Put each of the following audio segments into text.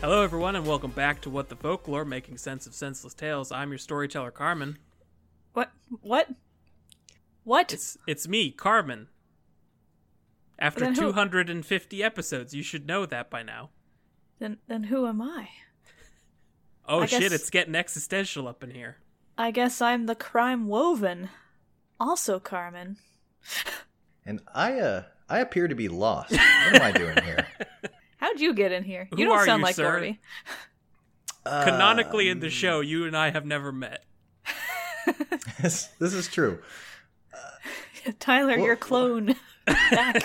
Hello, everyone, and welcome back to What the Folklore Making Sense of Senseless Tales. I'm your storyteller, Carmen. What? What? What? It's, it's me, Carmen. After Then who- 250 episodes, you should know that by now. then, then who am I? Oh I shit, guess- it's getting existential up in here. I guess I'm the crime woven. Also, Carmen. And I, uh, I appear to be lost. What am I doing here? How'd you get in here? Who you don't are sound you, like sir? Gordy. Canonically Um, in the show, you and I have never met. this, this is true. Tyler, Wha- your clone. back.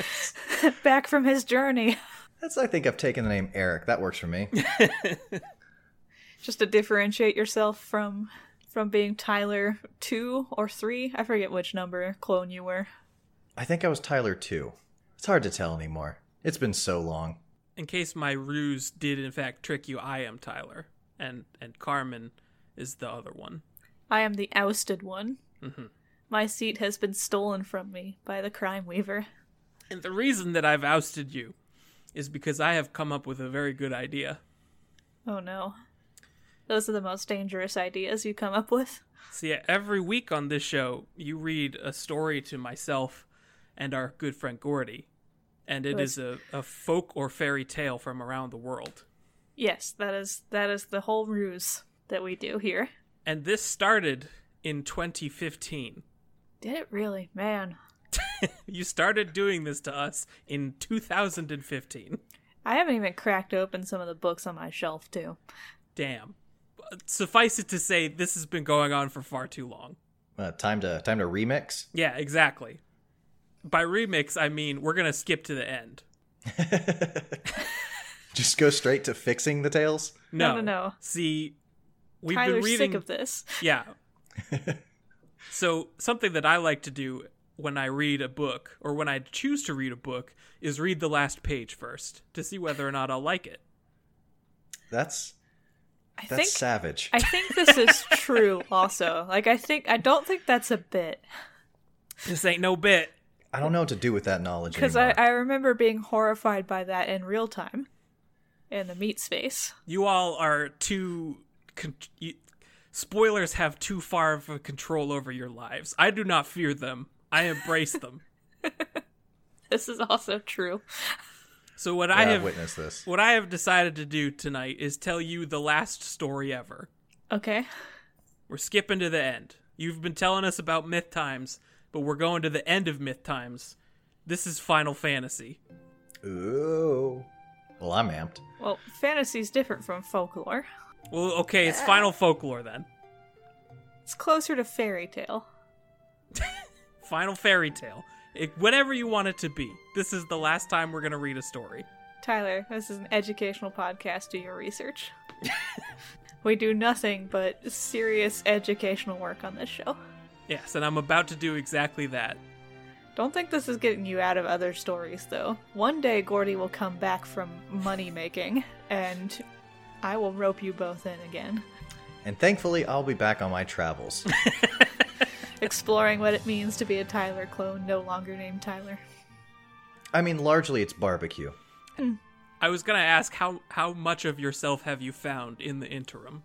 back from his journey. That's. I think I've taken the name Eric. That works for me. Just to differentiate yourself from from being Tyler 2 or 3. I forget which number clone you were. I think I was Tyler too. It's hard to tell anymore. It's been so long. In case my ruse did in fact trick you, I am Tyler, and and Carmen is the other one. I am the ousted one. Mhm. My seat has been stolen from me by the crime weaver. And the reason that I've ousted you is because I have come up with a very good idea. Oh no. Those are the most dangerous ideas you come up with. See, every week on this show, you read a story to myself and our good friend Gordy, and it Yes. is a, a folk or fairy tale from around the world. Yes, that is that is the whole ruse that we do here. And this started in 2015. Did it really? Man. You started doing this to us in 2015. I haven't even cracked open some of the books on my shelf too. Damn. But Suffice it to say, this has been going on for far too long. Uh, time to time to remix. Yeah, exactly. By remix, I mean we're going to skip to the end. Just go straight to fixing the tails. No, No, no, no. See, we've been Tyler's reading. sick of this. Yeah. so, something that I like to do when I read a book, or when I choose to read a book, is read the last page first to see whether or not I'll like it. That's I that's think savage. I think this is true also. Like I think I don't think that's a bit. This ain't no bit. I don't know what to do with that knowledge Because anymore. I, I remember being horrified by that in real time. In the meat space. You all are too. Con- you, spoilers have too far of a control over your lives. I do not fear them, I embrace them. This is also true. So, what Yeah, I I've have. witnessed this. What I have decided to do tonight is tell you the last story ever. Okay. We're skipping to the end. You've been telling us about Myth Times, but we're going to the end of Myth Times. This is Final Fantasy. Ooh. Well, I'm amped. Well, fantasy's different from folklore. Well, okay, it's Final Folklore then. It's closer to fairy tale. Final Fairy Tale. It, whatever you want it to be. This is the last time we're going to read a story. Tyler, this is an educational podcast. Do your research. we do nothing but serious educational work on this show. Yes, and I'm about to do exactly that. Don't think this is getting you out of other stories, though. One day, Gordy will come back from money making, and I will rope you both in again, And thankfully, I'll be back on my travels. exploring what it means to be a Tyler clone, no longer named Tyler. I mean, largely it's barbecue. I was going to ask how how much of yourself have you found in the interim?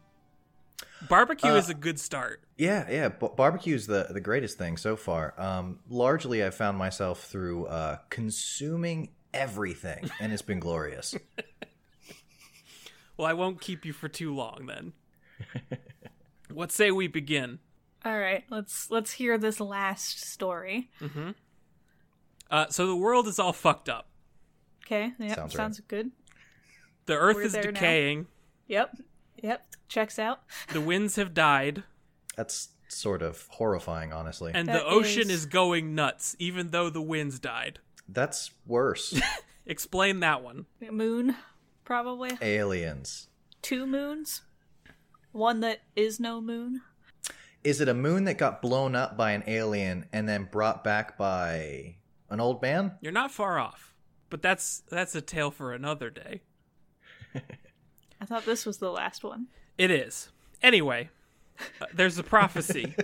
Barbecue is a good start. Yeah, yeah. B- barbecue's the the greatest thing so far. Um, largely, I found myself through uh, consuming everything, and it's been glorious. Well, I won't keep you for too long then. what say we begin? All right, let's let's hear this last story. Uh, so the world is all fucked up. Okay, yep, Sounds sounds, right. good. The earth We're is there now. decaying. Yep, yep, checks out. The winds have died, That's sort of horrifying, honestly. and That the ocean is- is going nuts, even though the winds died. That's worse. Explain that one. moon, probably. Aliens. Two moons. One that is no moon. Is it a moon that got blown up by an alien and then brought back by an old man? You're not far off, but that's that's a tale for another day. I thought this was the last one. It is. Anyway, uh, there's a prophecy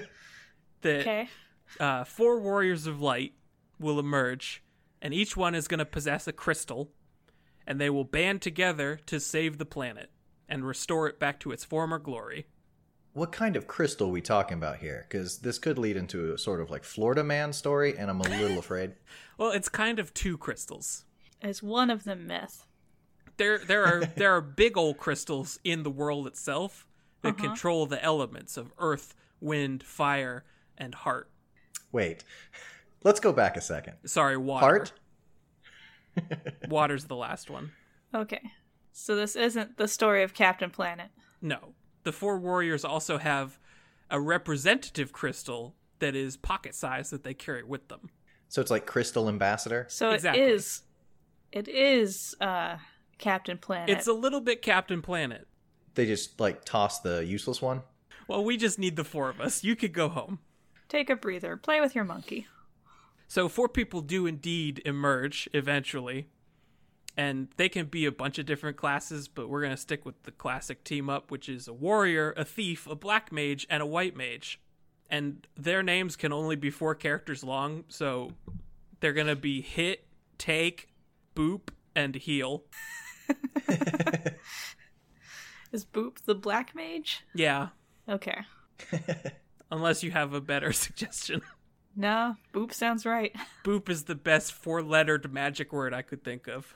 that Okay. uh, four warriors of light will emerge, and each one is going to possess a crystal, and they will band together to save the planet and restore it back to its former glory. What kind of crystal we talking about here? Because this could lead into a sort of like Florida Man story, and I'm a little afraid. Well, it's kind of two crystals. Is one of them myth? There there are there are big old crystals in the world itself that Uh-huh. control the elements of earth, wind, fire, and heart. Wait, let's go back a second. Sorry, water. Heart. Water's the last one. Okay. So this isn't the story of Captain Planet. No. The four warriors also have a representative crystal that is pocket sized that they carry with them. So it's like Crystal Ambassador. So Exactly. it is it is uh Captain Planet. It's a little bit Captain Planet. They just like toss the useless one. Well, we just need the four of us. You could go home. Take a breather. Play with your monkey. So, four people do indeed emerge eventually, and they can be a bunch of different classes, but we're going to stick with the classic team up, which is a warrior, a thief, a black mage, and a white mage. And their names can only be four characters long, so they're going to be hit, take, boop, and heal. Is Boop the black mage? Yeah, Okay. unless you have a better suggestion. No, Boop sounds right. boop is the best four lettered magic word I could think of.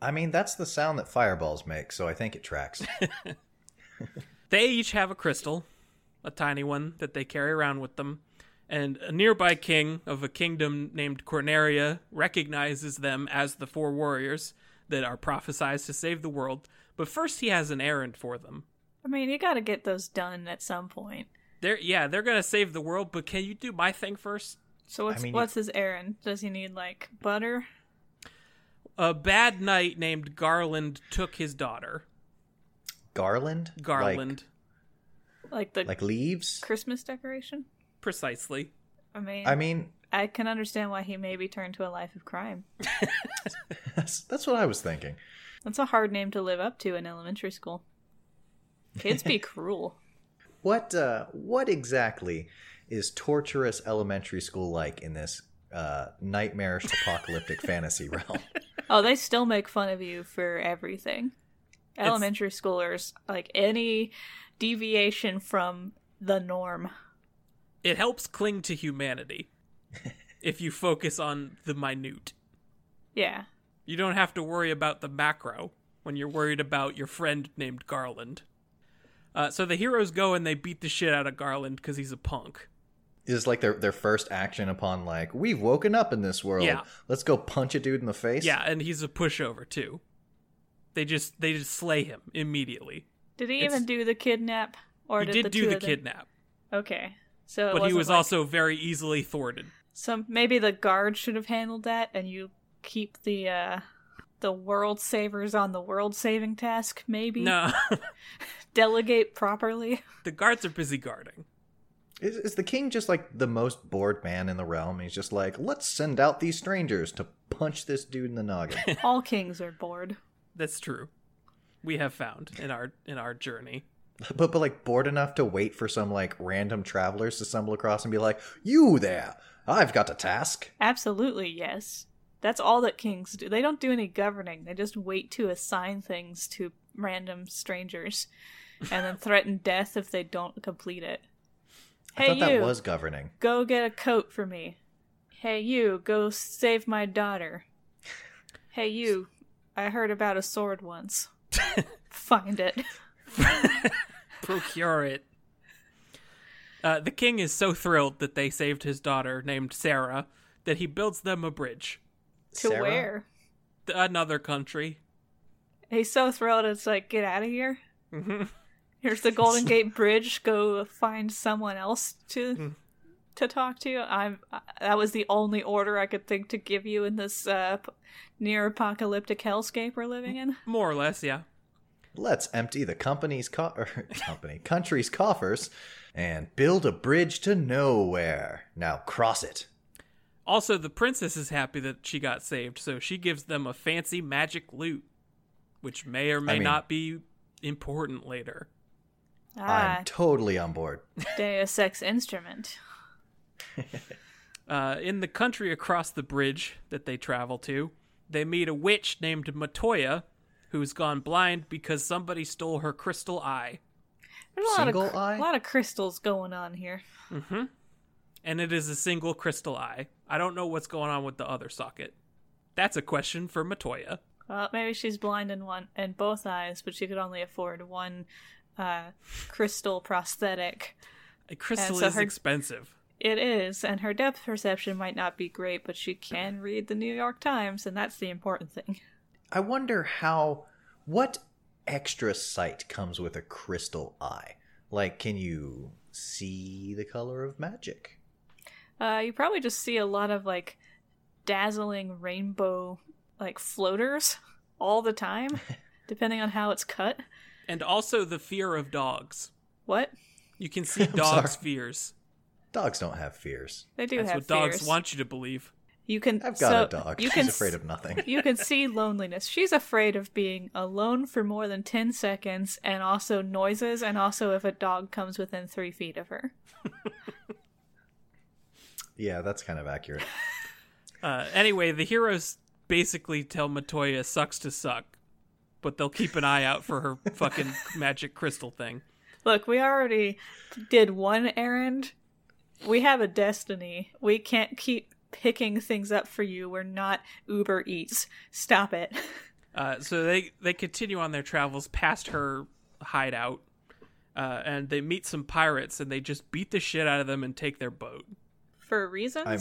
I mean, that's the sound that fireballs make, so I think it tracks. They each have a crystal, a tiny one that they carry around with them, and a nearby king of a kingdom named Corneria recognizes them as the four warriors that are prophesized to save the world. But first, he has an errand for them. I mean, you got to get those done at some point. They're yeah, they're gonna save the world, but can you do my thing first? So what's mean, what's his errand? Does he need like butter? A bad knight named Garland took his daughter. Garland. Like- Garland, Like the Like, leaves. Christmas decoration? precisely. I mean, I mean, I can understand why he maybe turned to a life of crime. that's, that's what I was thinking. That's a hard name to live up to in elementary school. Kids be cruel. What uh, what exactly is torturous elementary school like in this uh, nightmarish apocalyptic fantasy realm? Oh, they still make fun of you for everything. Elementary schoolers, like any deviation from the norm. It helps cling to humanity if you focus on the minute. Yeah. You don't have to worry about the macro when you're worried about your friend named Garland. Uh, so the heroes go and they beat the shit out of Garland because he's a punk. Is like their their first action upon like we've woken up in this world. Yeah. Let's go punch a dude in the face. Yeah, and he's a pushover too. They just they just slay him immediately. Did he It's- even do the kidnap? Or he did, did the do two the of them- kidnap, Okay. So, it but he wasn't was like- also very easily thwarted. So maybe the guard should have handled that, and you keep the uh, the world savers on the world saving task. Maybe No, delegate properly. the guards are busy guarding. Is, is the king just like the most bored man in the realm? He's just like, let's send out these strangers to punch this dude in the noggin. All kings are bored. That's true. We have found in our in our journey. but but like bored enough to wait for some like random travelers to stumble across and be like, you there, I've got a task. Absolutely, yes. That's all that kings do. They don't do any governing. They just wait to assign things to random strangers, and then threaten death if they don't complete it. I Hey, thought that you, was governing. go get a coat for me. Hey, you, go save my daughter. Hey, you, I heard about a sword once. Find it. procure it. Uh, the king is so thrilled that they saved his daughter, named Sarah, that he builds them a bridge To Sarah? where? to another country. He's so thrilled. It's like, get out of here. hmm Here's the Golden Gate Bridge. Go find someone else Hmm. to to talk to. I'm. I- That was the only order I could think to give you in this uh, near apocalyptic hellscape we're living in. More or less, yeah. Let's empty the company's co- er, company country's coffers and build a bridge to nowhere. Now cross it. Also, the princess is happy that she got saved, so she gives them a fancy magic loot, which may or may mean- not be important later. Ah, I'm totally on board. Deus Ex Instrument. Uh, in the country across the bridge that they travel to, They meet a witch named Matoya who's gone blind because somebody stole her crystal eye. There's a lot, of, Single cr- eye? lot of crystals going on here. hmm And it is a single crystal eye. I don't know what's going on with the other socket. That's a question for Matoya. Well, maybe she's blind in one in both eyes, but she could only afford one uh, crystal prosthetic. A crystal so is her- expensive. It is, and her depth perception might not be great, but she can read the New York Times, and that's the important thing. I wonder how what extra sight comes with a crystal eye. Like, can you see the color of magic? Uh, you probably just see a lot of like dazzling rainbow like floaters all the time, depending on how it's cut. And also the fear of dogs. What You can see I'm dogs' sorry. fears. Dogs don't have fears. they do That's have what dogs fears. want you to believe. You can. I've got so a dog. You She's can afraid s- of nothing. you can see loneliness. She's afraid of being alone for more than 10 seconds and also noises and also if a dog comes within three feet of her. Yeah, that's kind of accurate. Uh, anyway, the heroes basically tell Matoya sucks to suck, but they'll keep an eye out for her fucking magic crystal thing. Look, we already did one errand. We have a destiny. We can't keep picking things up for you. We're not Uber Eats. Stop it. Uh, so they they continue on their travels past her hideout, uh, and they meet some pirates, and they just beat the shit out of them and take their boat. For reasons? I'm.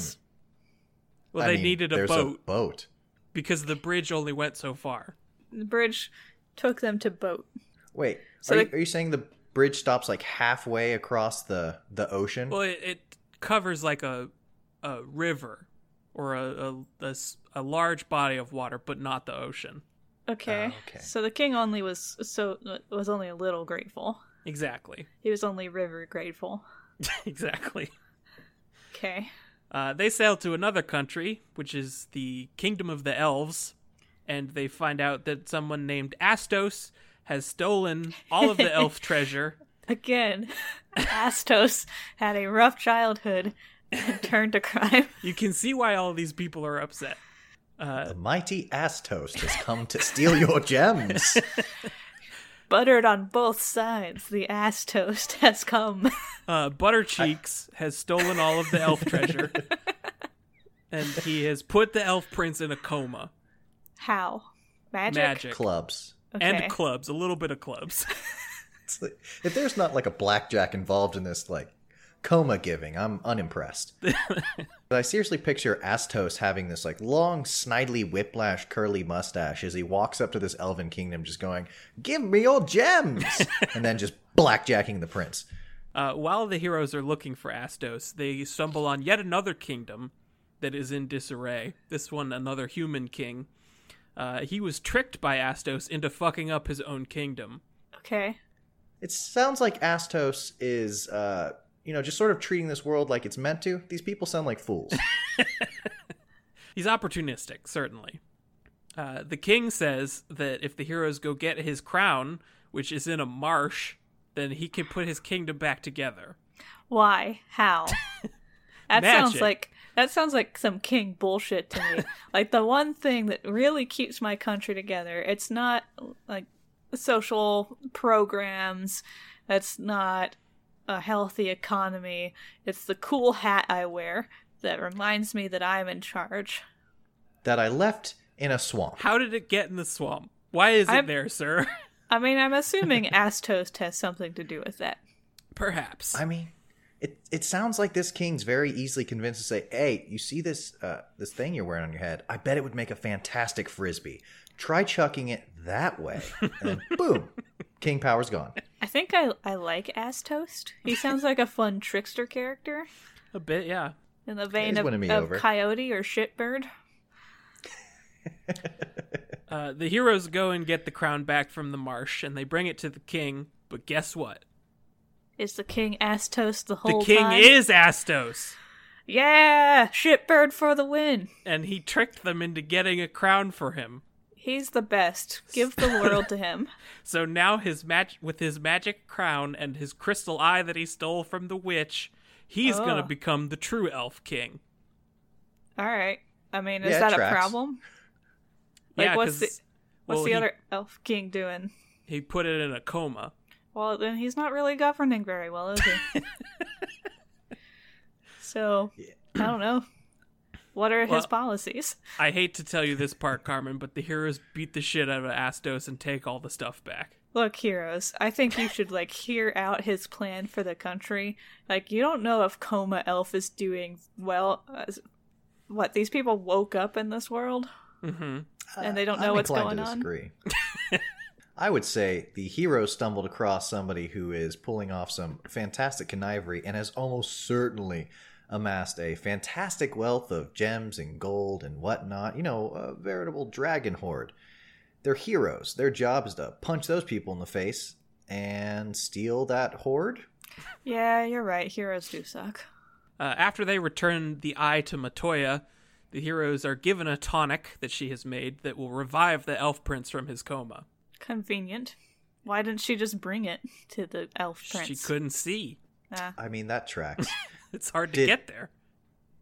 Well, I they mean, needed a there's boat A boat. because the bridge only went so far. The bridge took them to boat. Wait, So are, they- you, are you saying the bridge stops like halfway across the the ocean? Well, it, it covers like a a river or a, a- a s- a large body of water, but not the ocean. Okay. Oh, okay. So the king only was so was only a little grateful. Exactly. He was only river grateful. exactly. Okay. Uh, they sail to another country, which is the Kingdom of the Elves, and they find out that someone named Astos has stolen all of the elf treasure. Again, Astos had a rough childhood and turned to crime. You can see why all these people are upset. Uh, the mighty Astos has come to steal your gems. Buttered on both sides, the ass toast has come. uh, Buttercheeks has stolen all of the elf treasure, and he has put the elf prince in a coma. How? Magic? Magic. Clubs. Okay. And clubs, a little bit of clubs. It's like- if there's not like a blackjack involved in this, like coma giving, I'm unimpressed. but I seriously picture Astos having this like long, snidely, whiplash, curly mustache as he walks up to this elven kingdom, just going, "Give me your gems," and then just blackjacking the prince. Uh, while the heroes are looking for Astos, they stumble on yet another kingdom that is in disarray. This one, another human king. Uh, he was tricked by Astos into fucking up his own kingdom. okay. It sounds like Astos is, uh, you know, just sort of treating this world like it's meant to. These people sound like fools. He's opportunistic, certainly. Uh, the king says that if the heroes go get his crown, which is in a marsh, then he can put his kingdom back together. Why? How? That sounds Magic. like that sounds like some king bullshit to me. like the one thing that really keeps my country together. It's not like social programs. It's not a healthy economy. It's the cool hat I wear that reminds me that I'm in charge. that I left in a swamp. How did it get in the swamp? Why is I'm- it there, sir? I mean, I'm assuming Astos has something to do with that. Perhaps. I mean, it it sounds like this king's very easily convinced to say, "Hey, you see this uh, this thing you're wearing on your head? I bet it would make a fantastic frisbee. Try chucking it that way, and then boom, king power's gone." I think I I like Astos. He sounds like a fun trickster character. a bit, yeah. In the vein He's of, winning me of over. coyote or shitbird. Uh, the heroes go and get the crown back from the marsh, and they bring it to the king. But guess what? Is the king Astos the whole the king time? is Astos, Yeah, shitbird for the win. and he tricked them into getting a crown for him. He's the best. Give the world to him. So now his mag- with his magic crown and his crystal eye that he stole from the witch, he's Oh. gonna become the true elf king. All right. I mean, Yeah, is it that a tracks. problem? Like, yeah, 'cause what's the what's well, the he- other elf king doing? he put it in a coma. Well, then he's not really governing very well, is he? so Yeah. I don't know. What are his Well- policies? I hate to tell you this part, Carmen, but the heroes beat the shit out of Astos and take all the stuff back. Look, heroes, I think you should like hear out his plan for the country. Like, you don't know if Coma Elf is doing well. Uh, what these people woke up in this world? hmm And they don't Uh, know I'm what's going inclined to on? disagree. I would say the hero stumbled across somebody who is pulling off some fantastic connivery and has almost certainly amassed a fantastic wealth of gems and gold and whatnot. You know, a veritable dragon horde. They're heroes. Their job is to punch those people in the face and steal that hoard. Yeah, you're right. Heroes do suck. Uh, after they return the eye to Matoya, the heroes are given a tonic that she has made that will revive the elf prince from his coma. Convenient. Why didn't she just bring it to the elf prince? She couldn't see. Ah. I mean, that tracks. It's hard to Did- get there.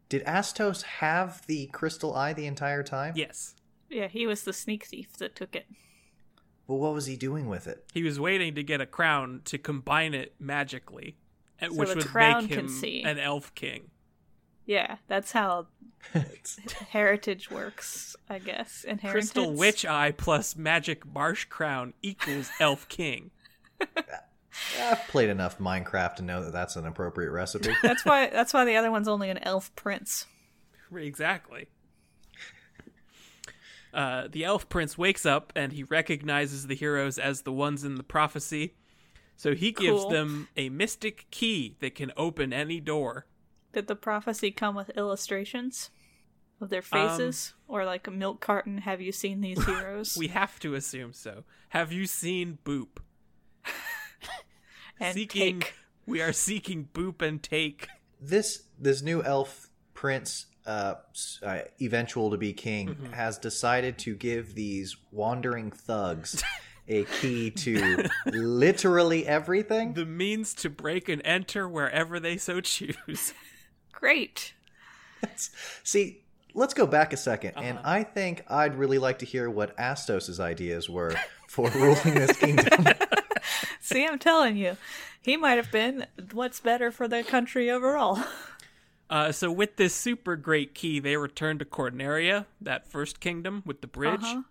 Did Astos have the crystal eye the entire time? Yes. yeah, he was the sneak thief that took it. Well, what was he doing with it? He was waiting to get a crown to combine it magically, eh, So which the would crown make can him see. an elf king. Yeah, that's how heritage works, I guess. Inheritance. Crystal Witch Eye plus Magic Marsh Crown equals Elf King. I've played enough Minecraft to know that that's an appropriate recipe. That's why. That's why the other one's only an elf prince. Exactly. Uh, the elf prince wakes up and he recognizes the heroes as the ones in the prophecy. So he gives Cool. them a mystic key that can open any door. Did the prophecy come with illustrations of their Um, faces, or like a milk carton? Have you seen these heroes? We have to assume so. Have you seen Boop? and seeking take. we are seeking Boop and Take. this this new elf prince, uh, s- uh, eventual to be king, has decided to give these wandering thugs a key to literally everything. The means to break and enter wherever they so choose. Great. That's- See, let's go back a 2nd and I think I'd really like to hear what Astos' ideas were for ruling this kingdom. See, I'm telling you, he might have been what's better for the country overall. Uh, so with this super great key, they return to Corneria, that first kingdom with the bridge. Uh-huh.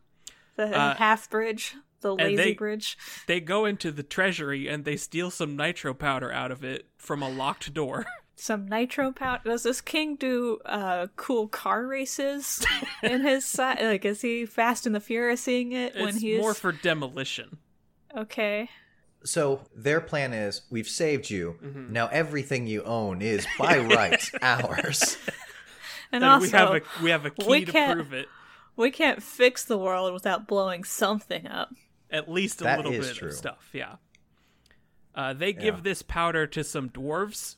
The Uh, half bridge, the lazy they- bridge. They go into the treasury and they steal some nitro powder out of it from a locked door. Some nitro powder. Does this king do uh, cool car races in his side? Like, is he Fast and the Furiousing it when it's he's more for demolition. okay? So their plan is we've saved you. Now everything you own is by right ours. And, Like, also, we have a we have a key we to can't- prove it. We can't fix the world without blowing something up. At least a That little is bit true. of stuff. Yeah. Uh, they give Yeah. this powder to some dwarves,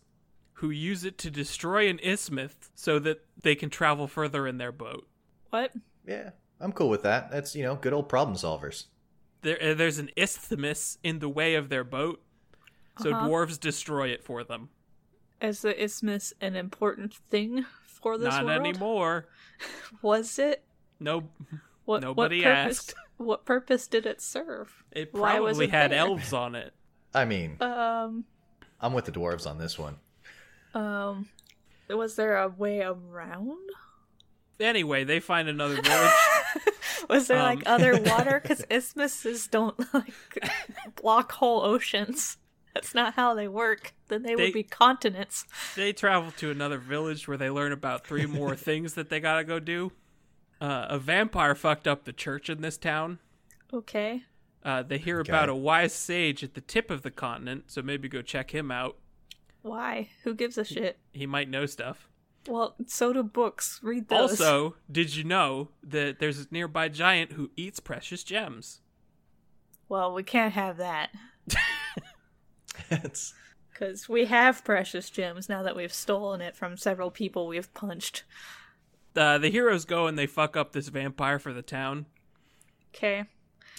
who use it to destroy an isthmus so that they can travel further in their boat. What? Yeah, I'm cool with that. That's, you know, good old problem solvers. There, uh, there's an isthmus in the way of their boat, so Uh-huh. dwarves destroy it for them. Is the isthmus an important thing for this Not world? anymore. Was it? No, What, Nobody what purpose, asked. What purpose did it serve? it Why was probably it had there? elves on it. I mean, Um, I'm with the dwarves on this one. um, was there a way around? Anyway, they find another village. Was there Um. like other water? Because isthmuses don't like block whole oceans. That's not how they work. Then they, They- would be continents. they travel to another village where they learn about three more things that they gotta go do. Uh, a vampire fucked up the church in this town. Okay. Uh, they hear Okay. about a wise sage at the tip of the continent, so maybe go check him out. Why? Who gives a shit? He might know stuff. Well, so do books. Read those. Also, did you know that there's a nearby giant who eats precious gems? Well, we can't have that It's- because we have precious gems now that we've stolen it from several people we've punched. Uh, the heroes go and they fuck up this vampire for the town, Okay.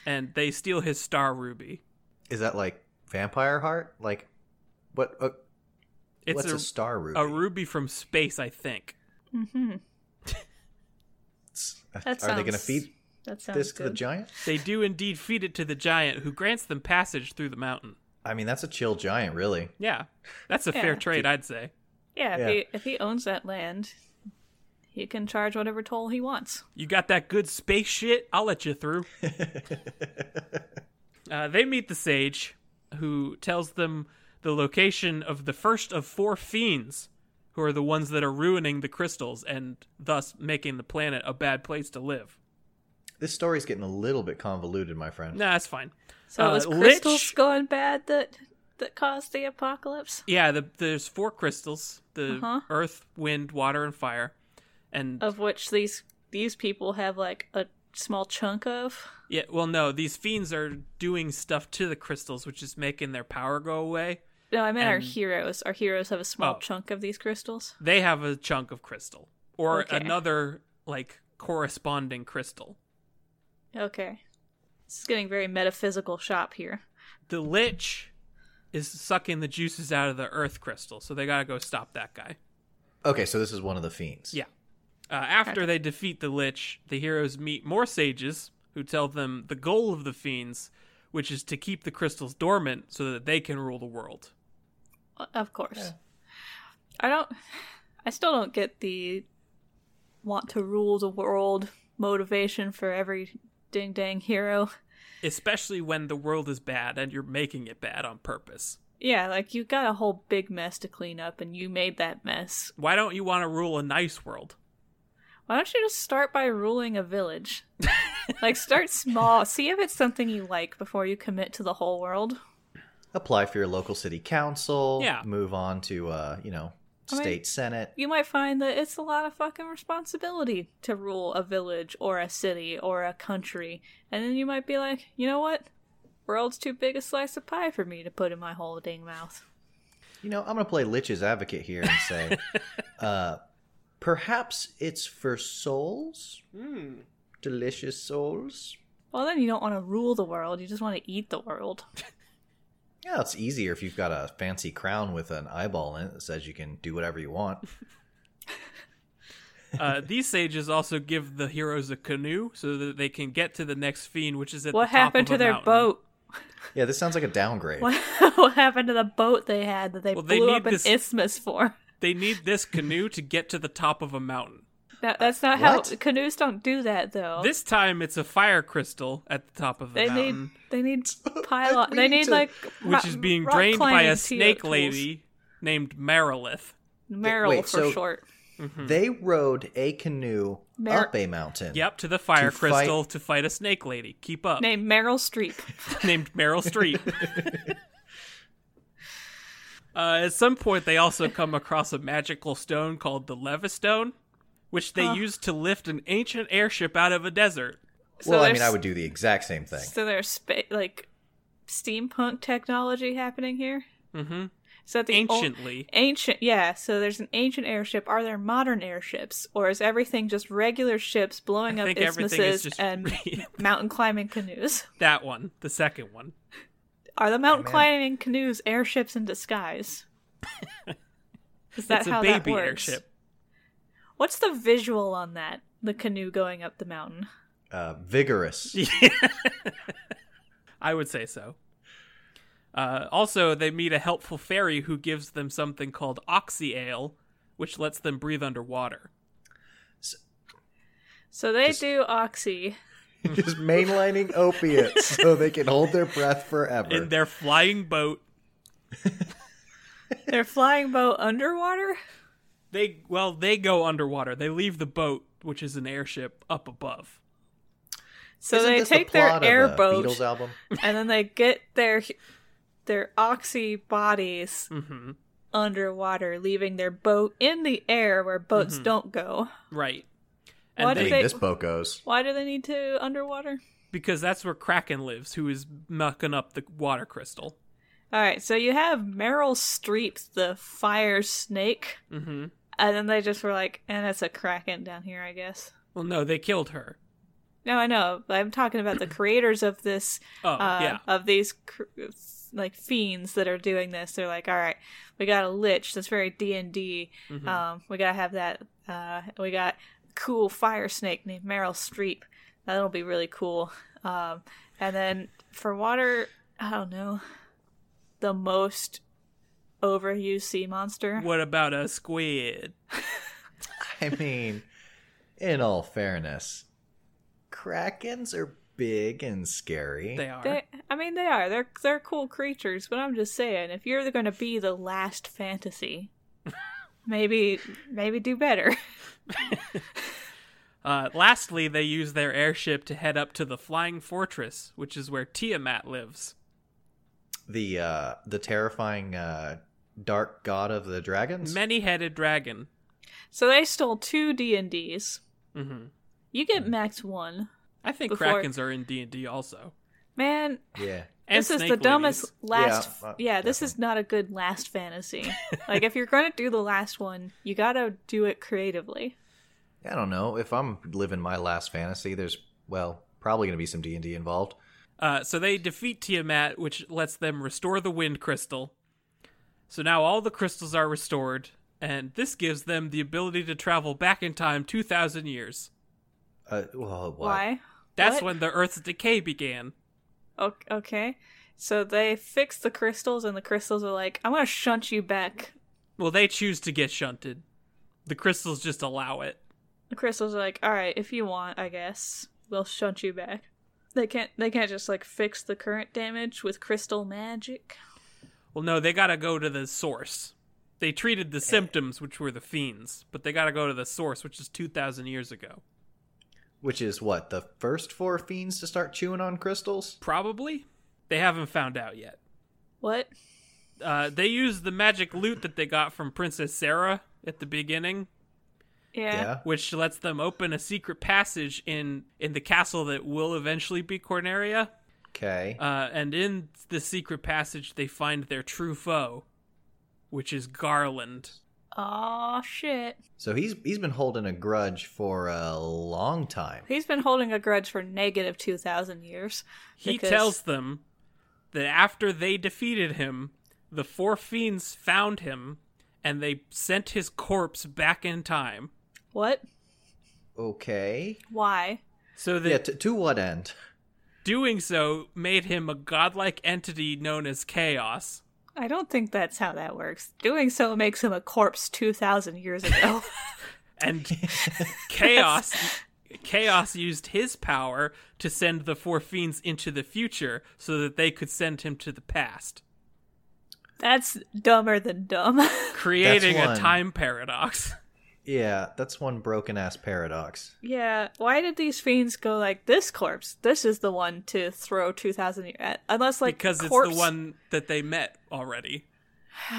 and they steal his star ruby. is that like vampire heart? Like, what? Uh, It's what's a, a, star ruby? a ruby from space, I think. Mm-hmm. It's- That Are they going to sounds- feed? That sounds this to good. the giant? They do indeed feed it to the giant, who grants them passage through the mountain. I mean, that's a chill giant, really. Yeah, that's a Yeah. fair trade, I'd say. yeah, if, Yeah. He, if he owns that land, he can charge whatever toll he wants. You got that good space shit? I'll let you through. uh, they meet the sage, who tells them the location of the first of four fiends, who are the ones that are ruining the crystals and thus making the planet a bad place to live. This story's getting a little bit convoluted, my friend. Nah, that's fine. So Uh, it was Lich- crystals going bad that that caused the apocalypse. Yeah, the, there's four crystals: the Uh-huh. earth, wind, water, and fire. And of which these these people have like a small chunk of. yeah, well, no, these fiends are doing stuff to the crystals, which is making their power go away. No, I meant our And- heroes. Our heroes have a small Um, Oh. chunk of these crystals. They have a chunk of crystal, or Okay. another like corresponding crystal. Okay. This is getting very metaphysical shop here. The lich is sucking the juices out of the earth crystal, so they gotta go stop that guy. Okay, so this is one of the fiends. Yeah. Uh, after they defeat the Lich, the heroes meet more sages who tell them the goal of the fiends, which is to keep the crystals dormant so that they can rule the world. Uh, Of course. I don't I still don't get the want to rule the world motivation for every ding dang hero. Especially when the world is bad and you're making it bad on purpose. Yeah, like you got a whole big mess to clean up and you made that mess. Why don't you want to rule a nice world? Why don't you just start by ruling a village? like, start small. See if it's something you like before you commit to the whole world. Apply for your local city council. Yeah. Move on to, uh, you know, I mean- state senate. You might find that it's a lot of fucking responsibility to rule a village or a city or a country. And then you might be like, you know what? World's too big a slice of pie for me to put in my whole dang mouth. You know, I'm going to play Lich's advocate here and say, uh, perhaps it's for souls. Hmm. Delicious souls. Well, then you don't want to rule the world, you just want to eat the world. Yeah, it's easier if you've got a fancy crown with an eyeball in it that says you can do whatever you want. Uh, these sages also give the heroes a canoe so that they can get to the next fiend, which is at What the top happened of to a their mountain. boat? Yeah, this sounds like a downgrade. What, what happened to the boat they had that they Well, they blew need up an this- isthmus for? They need this canoe to get to the top of a mountain. That, that's not how What? canoes don't do that though. This time it's a fire crystal at the top of the Oh. they mountain. need they need pile We they need need to- like which ro- is being rock drained by climbing a to- snake tools. lady named Marilith. Meryl Wait, for so- short. Mm-hmm. They rode a canoe Mer- up a mountain. Yep, to the fire To fight- crystal to fight a snake lady. Keep up. Named Meryl Streep. named Meryl Streep. uh, at some point, they also come across a magical stone called the Levistone, which they use to lift an ancient airship out of a desert. So well, I there's- mean, I would do the exact same thing. So there's spa- like steampunk technology happening here. hmm So the ol- Anciently, ancient yeah. So there's an ancient airship. Are there modern airships, or is everything just regular ships blowing I up think everything isthmuses is just and mountain climbing canoes? that one, the second one. Are the mountain man. climbing canoes airships in disguise? Is that it's a how baby that works? airship. What's the visual on that? The canoe going up the mountain. Uh, vigorous. I would say so. Uh, also, they meet a helpful fairy who gives them something called oxy ale, which lets them breathe underwater. So they Just- do oxy. Just mainlining opiates so they can hold their breath forever. In their flying boat, Their flying boat underwater. they well, they go underwater. They leave the boat, which is an airship, up above. So Isn't they this take the their plot of a airboat Beatles album. and then they get their their oxy bodies hmm underwater, leaving their boat in the air where boats Mm-hmm. don't go. Right. And Why do I they, mean, they- this boat goes. Why do they need to underwater? because that's where Kraken lives, who is mucking up the water crystal. All right, so you have Meryl Streep, the fire snake, hmm and then they just were like, "And it's a kraken down here, I guess." Well, no, they killed her. No, I know. but I'm talking about the creators of this, Oh, uh, yeah. of these cr- like fiends that are doing this. They're like, "All right, we got a lich that's very D and D. Mhm. uh, Um, we gotta have that. Uh, we got cool fire snake named Meryl Streep. That'll be really cool. Um, and then for water, I don't know, the most overused sea monster. What about a squid? I mean, in all fairness, krakens are big and scary. They are. They, I mean, they are. They're they're cool creatures, but I'm just saying, if you're going to be the last fantasy, maybe maybe do better. Uh, lastly, they use their airship to head up to the Flying Fortress, which is where Tiamat lives. The uh, the terrifying uh, dark god of the dragons. Many-headed dragon. So they stole two D and D's. Mm-hmm. hmm You get max one. I think Before- krakens are in D and D also. Man, yeah. And this is snake the dumbest ladies. last. Yeah, Yeah, uh, this is not a good last fantasy. like, if you're going to do the last one, you got to do it creatively. I don't know. If I'm living my last fantasy, there's well, probably going to be some D and D involved. Uh, so they defeat Tiamat, which lets them restore the wind crystal. So now all the crystals are restored, and this gives them the ability to travel back in time 2,000 years. Uh, well, what? Why? That's What? when the Earth's decay began. O- okay. So they fix the crystals, and the crystals are like, I'm going to shunt you back. Well, they choose to get shunted. The crystals just allow it. The crystals are like, all right, if you want, I guess we'll shunt you back. They can't. They can't just like fix the current damage with crystal magic. Well, no, they gotta go to the source. They treated the symptoms, which were the fiends, but they gotta go to the source, which is 2,000 years ago. Which is what the first four fiends to start chewing on crystals. Probably? They haven't found out yet. What? Uh, they used the magic loot that they got from Princess Sarah at the beginning, Yeah. which lets them open a secret passage in, in the castle that will eventually be Corneria. Okay. Uh, and in the secret passage, they find their true foe, which is Garland. Oh shit. so he's he's been holding a grudge for a long time. He's been holding a grudge for negative two thousand years. He because- tells them that after they defeated him, the four fiends found him and they sent his corpse back in time. what? Okay. Why? So that yeah. T- to what end? doing so made him a godlike entity known as Chaos. I don't think that's how that works. Doing so makes him a corpse two thousand years ago. And Chaos Chaos used his power to send the four fiends into the future so that they could send him to the past, that's dumber than dumb. creating a one. time paradox. Yeah, that's one broken ass paradox. yeah. Why did these fiends go like this corpse? This is the one to throw two thousand years at. Unless like because corpse- it's the one that they met already.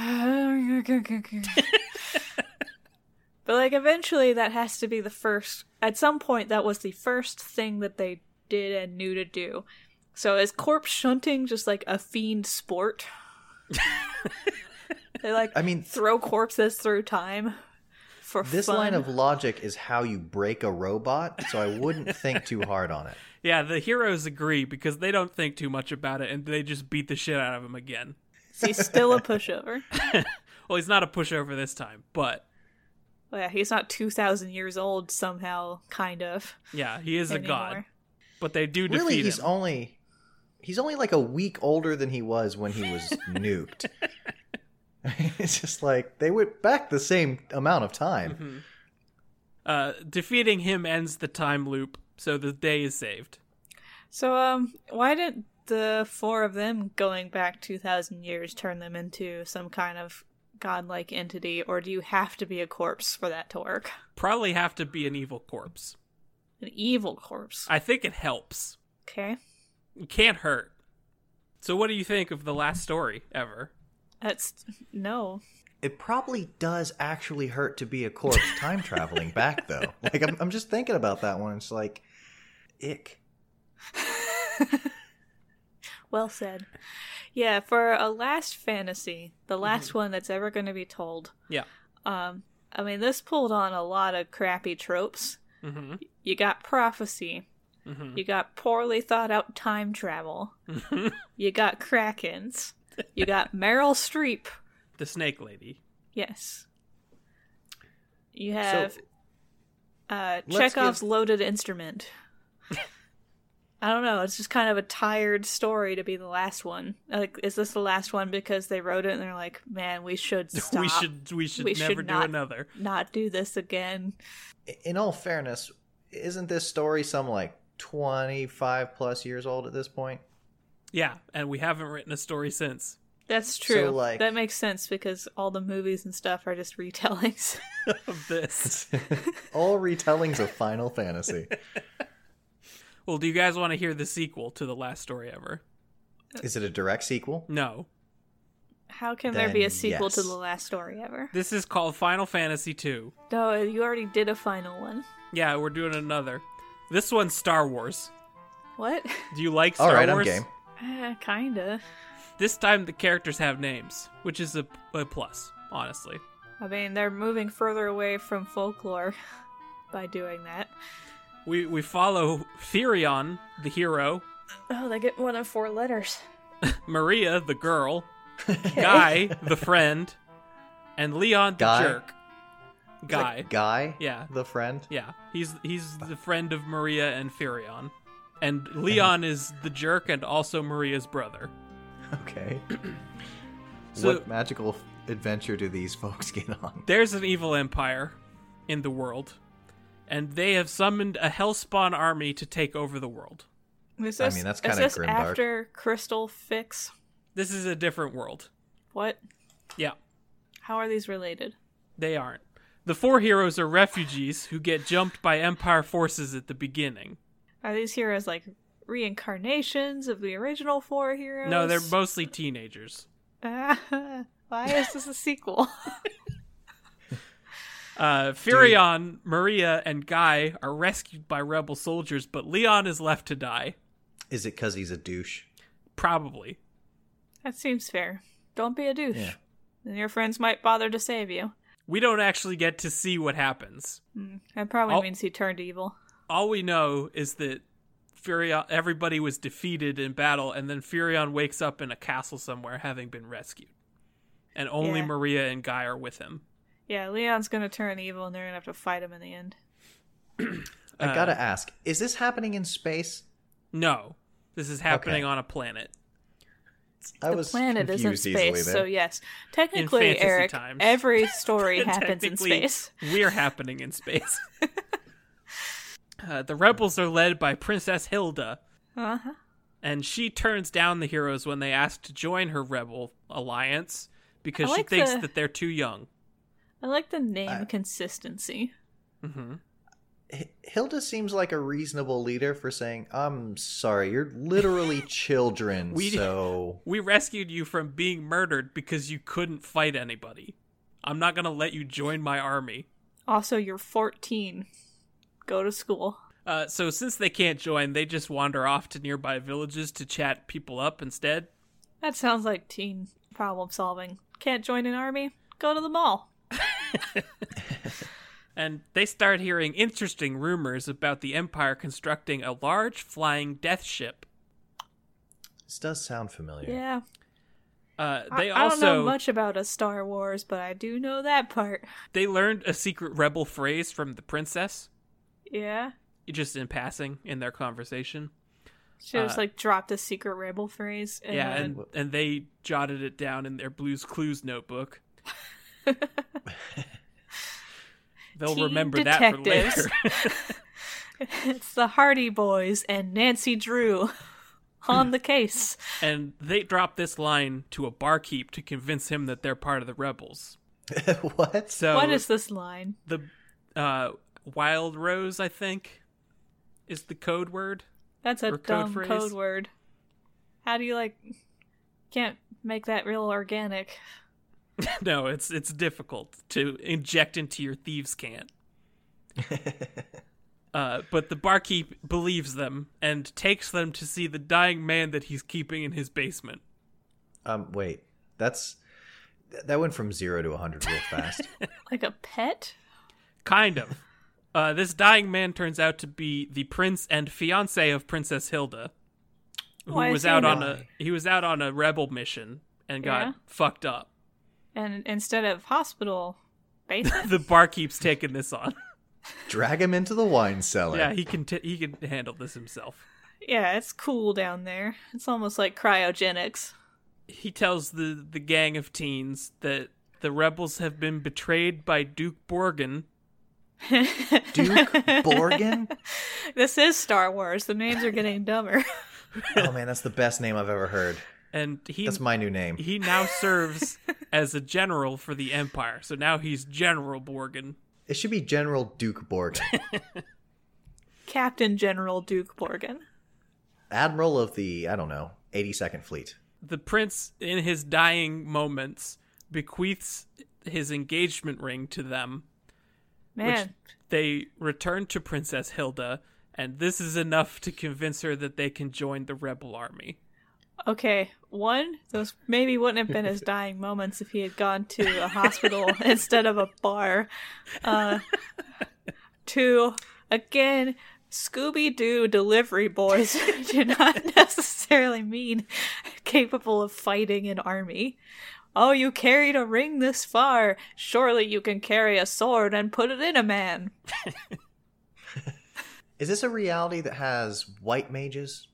but like eventually that has to be the first at some point that was the first thing that they did and knew to do so is corpse shunting just like a fiend sport they like I mean, throw corpses through time for this fun. line of logic is how you break a robot, so I wouldn't think too hard on it. Yeah, the heroes agree because they don't think too much about it and they just beat the shit out of him again. he's still a pushover Well, he's not a pushover this time, but well, yeah he's not 2000 years old somehow kind of yeah, he is a god. anymore. But they do defeat Really, he's him. only he's only like a week older than he was when he was nuked. it's just like they went back the same amount of time. Mhm. Uh, defeating him ends the time loop, so the day is saved. So, um, why did the four of them going back 2,000 years turn them into some kind of godlike entity, or do you have to be a corpse for that to work? Probably have to be an evil corpse. An evil corpse. I think it helps. Okay. It can't hurt. So, what do you think of the last story ever? That's. No. It probably does actually hurt to be a corpse time traveling back though. Like I'm, I'm just thinking about that one. It's like, ick. Well said. Yeah, for a last fantasy, the last one that's ever going to be told, Yeah. um, I mean, this pulled on a lot of crappy tropes. hmm You got prophecy, Mm-hmm. hmm You got poorly thought out time travel. you got Krakens. You got Meryl Streep. The snake lady. Yes. You have so uh, let's Chekhov's give- loaded instrument. I don't know. It's just kind of a tired story to be the last one. Like, is this the last one because they wrote it and they're like, man, we should stop. we should we should We should never do not- another. not do this again. In all fairness, isn't this story some like 25 plus years old at this point? Yeah, and we haven't written a story since. That's true. like- that makes sense because all the movies and stuff are just retellings. of this. All retellings of Final Fantasy. Well, do you guys want to hear the sequel to the last story ever? Is it a direct sequel? No. How can there be a Then sequel to yes. the last story ever? This is called Final Fantasy II. No, you already did a final one. Yeah, we're doing another. This one's Star Wars. What? Do you like Star All right, Wars? I'm game. Uh, kinda. This time the characters have names, which is a, a plus, honestly. I mean, they're moving further away from folklore by doing that. We we follow Therion, the hero, Oh, they get more than four letters. Maria, the girl, Guy, the friend, and Leon, the Guy? jerk. Is that Guy. Guy? Yeah. The friend? Yeah, he's he's the friend of Maria and Furion. And Leon is the jerk and also Maria's brother. Okay. So- what magical adventure do these folks get on? There's an evil empire in the world, and they have summoned a hellspawn army to take over the world. Is I this, mean, that's is kinda this grimdark. after Crystal Fix? This is a different world. What? Yeah, How are these related? they aren't. The four heroes are refugees who get jumped by empire forces at the beginning. Are these heroes like reincarnations of the original four heroes? No, they're mostly teenagers. Ah, Why is this a sequel? Uh, Furion, Maria, and Guy are rescued by rebel soldiers, but Leon is left to die. Is it because he's a douche? Probably. that seems fair. Don't be a douche. Yeah. And your friends might bother to save you. We don't actually get to see what happens. That probably Oh. means he turned evil. All we know is that Furion, everybody was defeated in battle, and then Furion wakes up in a castle somewhere having been rescued. And only Yeah. Maria and Guy are with him. Yeah, Leon's gonna turn evil and they're gonna have to fight him in the end. Uh, I gotta ask, is this happening in space? No, this is happening Okay. on a planet. I the was planet is in confused easily space, there. so yes. Technically, fantasy Eric, times. every story happens in Technically, space. We're happening in space. uh, the rebels are led by Princess Hilda, Uh-huh. and she turns down the heroes when they ask to join her rebel alliance because I she like thinks the- that they're too young. I like the name I- consistency. hmm H- Hilda seems like a reasonable leader for saying, "I'm sorry, you're literally children, We- so We rescued you from being murdered because you couldn't fight anybody. I'm not going to let you join my army. Also, you're 14. Go to school. Uh, so, since they can't join, they just wander off to nearby villages to chat people up instead. That sounds like teen problem solving. Can't join an army? Go to the mall. And they start hearing interesting rumors about the Empire constructing a large flying death ship. this does sound familiar." Yeah. Uh, I- they I, also don't know much about a Star Wars, but I do know that part. they learned a secret rebel phrase from the princess. Yeah. just in passing in their conversation. She just Uh, like dropped a secret rebel phrase. And yeah, then- and and they jotted it down in their Blues Clues notebook. They'll Teen remember that for detectives. later. it's the Hardy Boys and Nancy Drew on the case. and they drop this line to a barkeep to convince him that they're part of the rebels. what? So What is this line? the uh, Wild Rose? I think is the code word. That's a Or code dumb phrase? code word. How do you like? Can't make that real organic. no, it's it's difficult to inject into your thieves' can. Uh, but the barkeep believes them and takes them to see the dying man that he's keeping in his basement. Um, wait, that's th- that went from zero to hundred real fast. Like a pet? Kind of. Uh, this dying man turns out to be the prince and fiance of Princess Hilda, who Why is was he out in on it? a he was out on a rebel mission and got Yeah. fucked up. And instead of hospital, basement? The barkeep's taking this on. Drag him into the wine cellar. yeah, he can t- he can handle this himself. Yeah, it's cool down there. It's almost like cryogenics. He tells the, the gang of teens that the rebels have been betrayed by Duke Borgin. Duke Borgin? This is Star Wars. The names are getting dumber. Oh man, that's the best name I've ever heard. And he That's my new name. he now serves as a general for the Empire. So now he's General Borgin. It should be General Duke Borgin, Captain General Duke Borgin. Admiral of the, I don't know, 82nd Fleet. The prince, in his dying moments, bequeaths his engagement ring to them. Man, They return to Princess Hilda, and this is enough to convince her that they can join the rebel army. okay. One, those maybe wouldn't have been his dying moments if he had gone to a hospital instead of a bar. Uh, two, again, Scooby Doo delivery boys do not necessarily mean capable of fighting an army. Oh, you carried a ring this far. Surely you can carry a sword and put it in a man. Is this a reality that has white mages?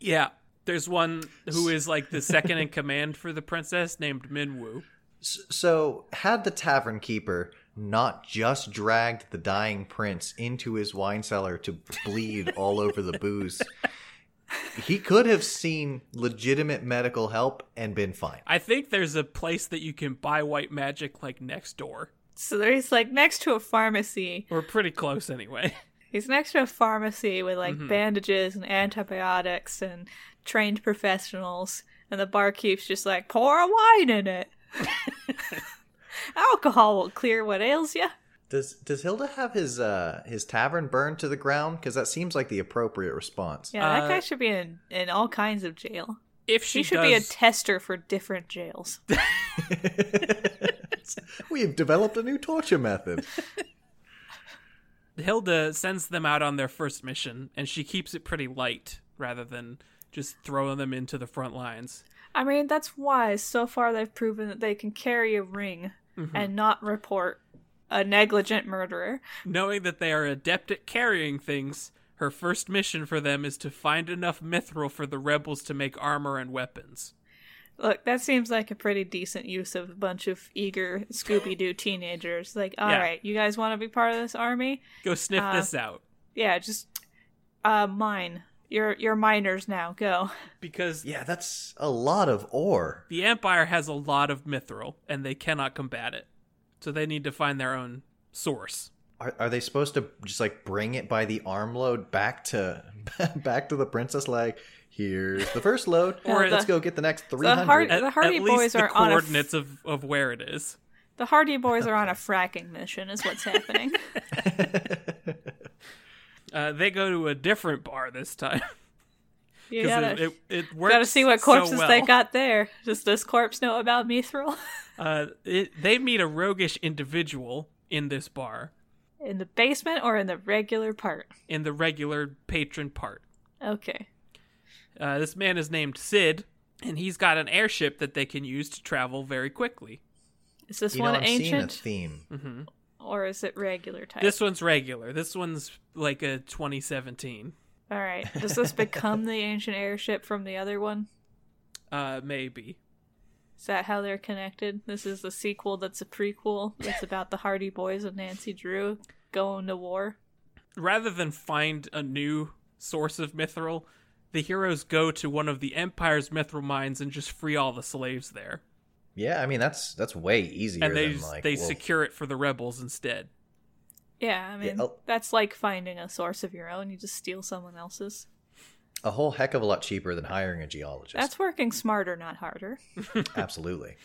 Yeah, there's one who is like the second in command for the princess named Minwoo. S- So, had the tavern keeper not just dragged the dying prince into his wine cellar to bleed all over the booze, he could have seen legitimate medical help and been fine. I think there's a place that you can buy white magic like next door. So there he's like next to a pharmacy. We're pretty close anyway. He's next to a pharmacy with Mm-hmm. like bandages and antibiotics and trained professionals, and the barkeep's just like, pour a wine in it. Alcohol will clear what ails you. Does Does Hilda have his uh his tavern burned to the ground? Because that seems like the appropriate response. Yeah, Uh, that guy should be in, in all kinds of jail. If she he should does, be a tester for different jails. we have developed a new torture method. Hilda sends them out on their first mission, and she keeps it pretty light rather than just throwing them into the front lines. I mean, that's why so far they've proven that they can carry a ring Mm-hmm. and not report a negligent murderer. Knowing that they are adept at carrying things, her first mission for them is to find enough mithril for the rebels to make armor and weapons. Look, that seems like a pretty decent use of a bunch of eager Scooby Doo teenagers. Like, all right, Yeah. you guys want to be part of this army? Go sniff Uh, this out. Yeah, just uh, mine. You're you're miners now. Go. Because Yeah, that's a lot of ore. the Empire has a lot of mithril, and they cannot combat it. So they need to find their own source. Are, are they supposed to just like bring it by the armload back to back to the princess? Like, here's the first load, Or let's the- go get the next three hard- hundred. At, The Hardy at least Boys the are on a f- coordinates of, of where it is. The Hardy Boys are on a fracking mission, is what's happening. Uh, they go to a different bar this time. You 'Cause gotta it, it, it works gotta see what so corpses well. they got there. Does this corpse know about Mithril? Uh, it, they meet a roguish individual in this bar, In the basement or in the regular part? in the regular patron part. Okay. Uh, this man is named Sid, and he's got an airship that they can use to travel very quickly. Mm-hmm. Is this You know, one I'm seeing a ancient theme. or is it regular type? This one's regular. This one's like a 2017, All right. Does this become the ancient airship from the other one? uh, maybe. Is that how they're connected? This is the sequel that's a prequel. It's about the Hardy Boys and Nancy Drew going to war. Rather than find a new source of mithril, the heroes go to one of the Empire's mithril mines and just free all the slaves there. Yeah, I mean that's that's way easier and they than like they well, secure it for the rebels instead. Yeah, I mean, Yeah, oh. that's like finding a source of your own. You just steal someone else's. a whole heck of a lot cheaper than hiring a geologist. That's working smarter, not harder. Absolutely.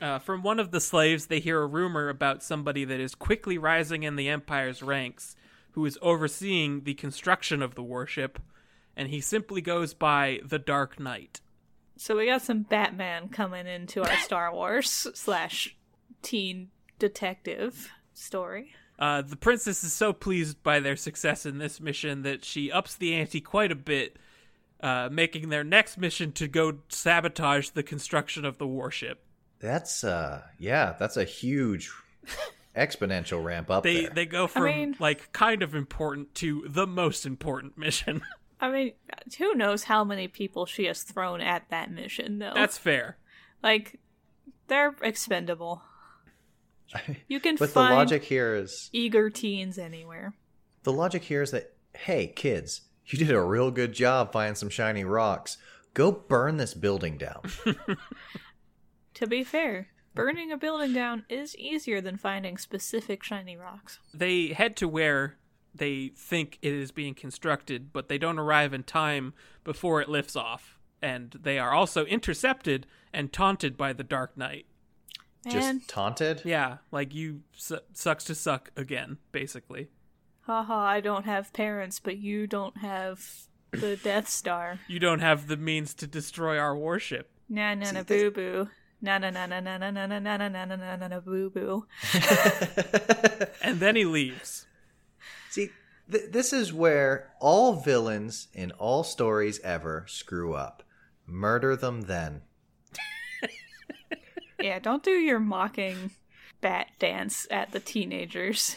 Uh, from one of the slaves, they hear a rumor about somebody that is quickly rising in the empire's ranks, who is overseeing the construction of the warship, and he simply goes by the Dark Knight. So we got some Batman coming into our Star Wars slash teen detective story. Uh, the princess is so pleased by their success in this mission that she ups the ante quite a bit, uh, making their next mission to go sabotage the construction of the warship. That's uh yeah, that's a huge exponential ramp up They there. they go from mean- like kind of important to the most important mission. I mean, who knows how many people she has thrown at that mission, though. That's fair. like they're expendable. You can But the find logic here is eager teens anywhere. the logic here is that hey, kids, you did a real good job finding some shiny rocks. Go burn this building down. To be fair, burning a building down is easier than finding specific shiny rocks. They head to where they think it is being constructed, but they don't arrive in time before it lifts off. And they are also intercepted and taunted by the Dark Knight. Man, Just taunted. Yeah, like you su- sucks to suck again, basically. haha, I don't have parents, but you don't have the Death Star. You don't have the means to destroy our warship. Na na na boo boo. Na na na na na na na na na na na na na na boo boo. And then he leaves. See, th- this is where all villains in all stories ever screw up. Murder them then. Yeah, don't do your mocking bat dance at the teenagers.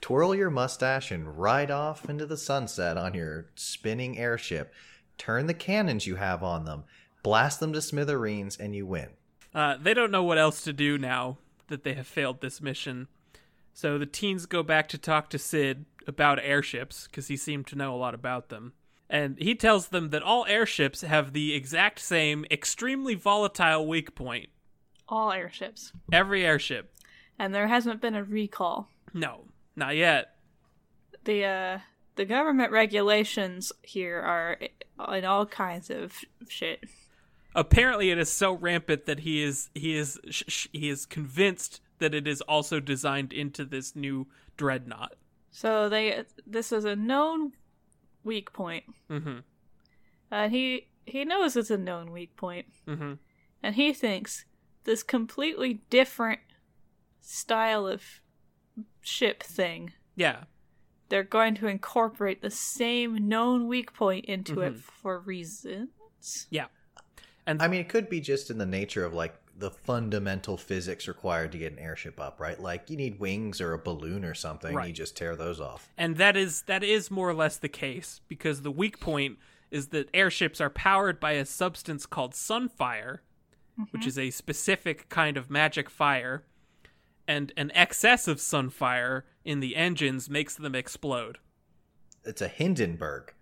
Twirl your mustache and ride off into the sunset on your spinning airship. Turn the cannons you have on them, blast them to smithereens, and you win. Uh, they don't know what else to do now that they have failed this mission. So the teens go back to talk to Sid about airships, because he seemed to know a lot about them. And he tells them that all airships have the exact same extremely volatile weak point. All airships. Every airship. And there hasn't been a recall. No, not yet. The uh the government regulations here are in all kinds of shit. apparently it is so rampant that he is he is sh- sh- he is convinced that it is also designed into this new dreadnought. So they this is a known weak point. hmm And he he knows it's a known weak point. hmm and he thinks this completely different style of ship thing Yeah, they're going to incorporate the same known weak point into it Mhm. for reasons yeah, and I mean, it could be just in the nature of like the fundamental physics required to get an airship up, right? Like you need wings or a balloon or something. You Right. just tear those off. and that is that is more or less the case because the weak point is that airships are powered by a substance called sunfire, which is a specific kind of magic fire, and an excess of sunfire in the engines makes them explode. It's a Hindenburg.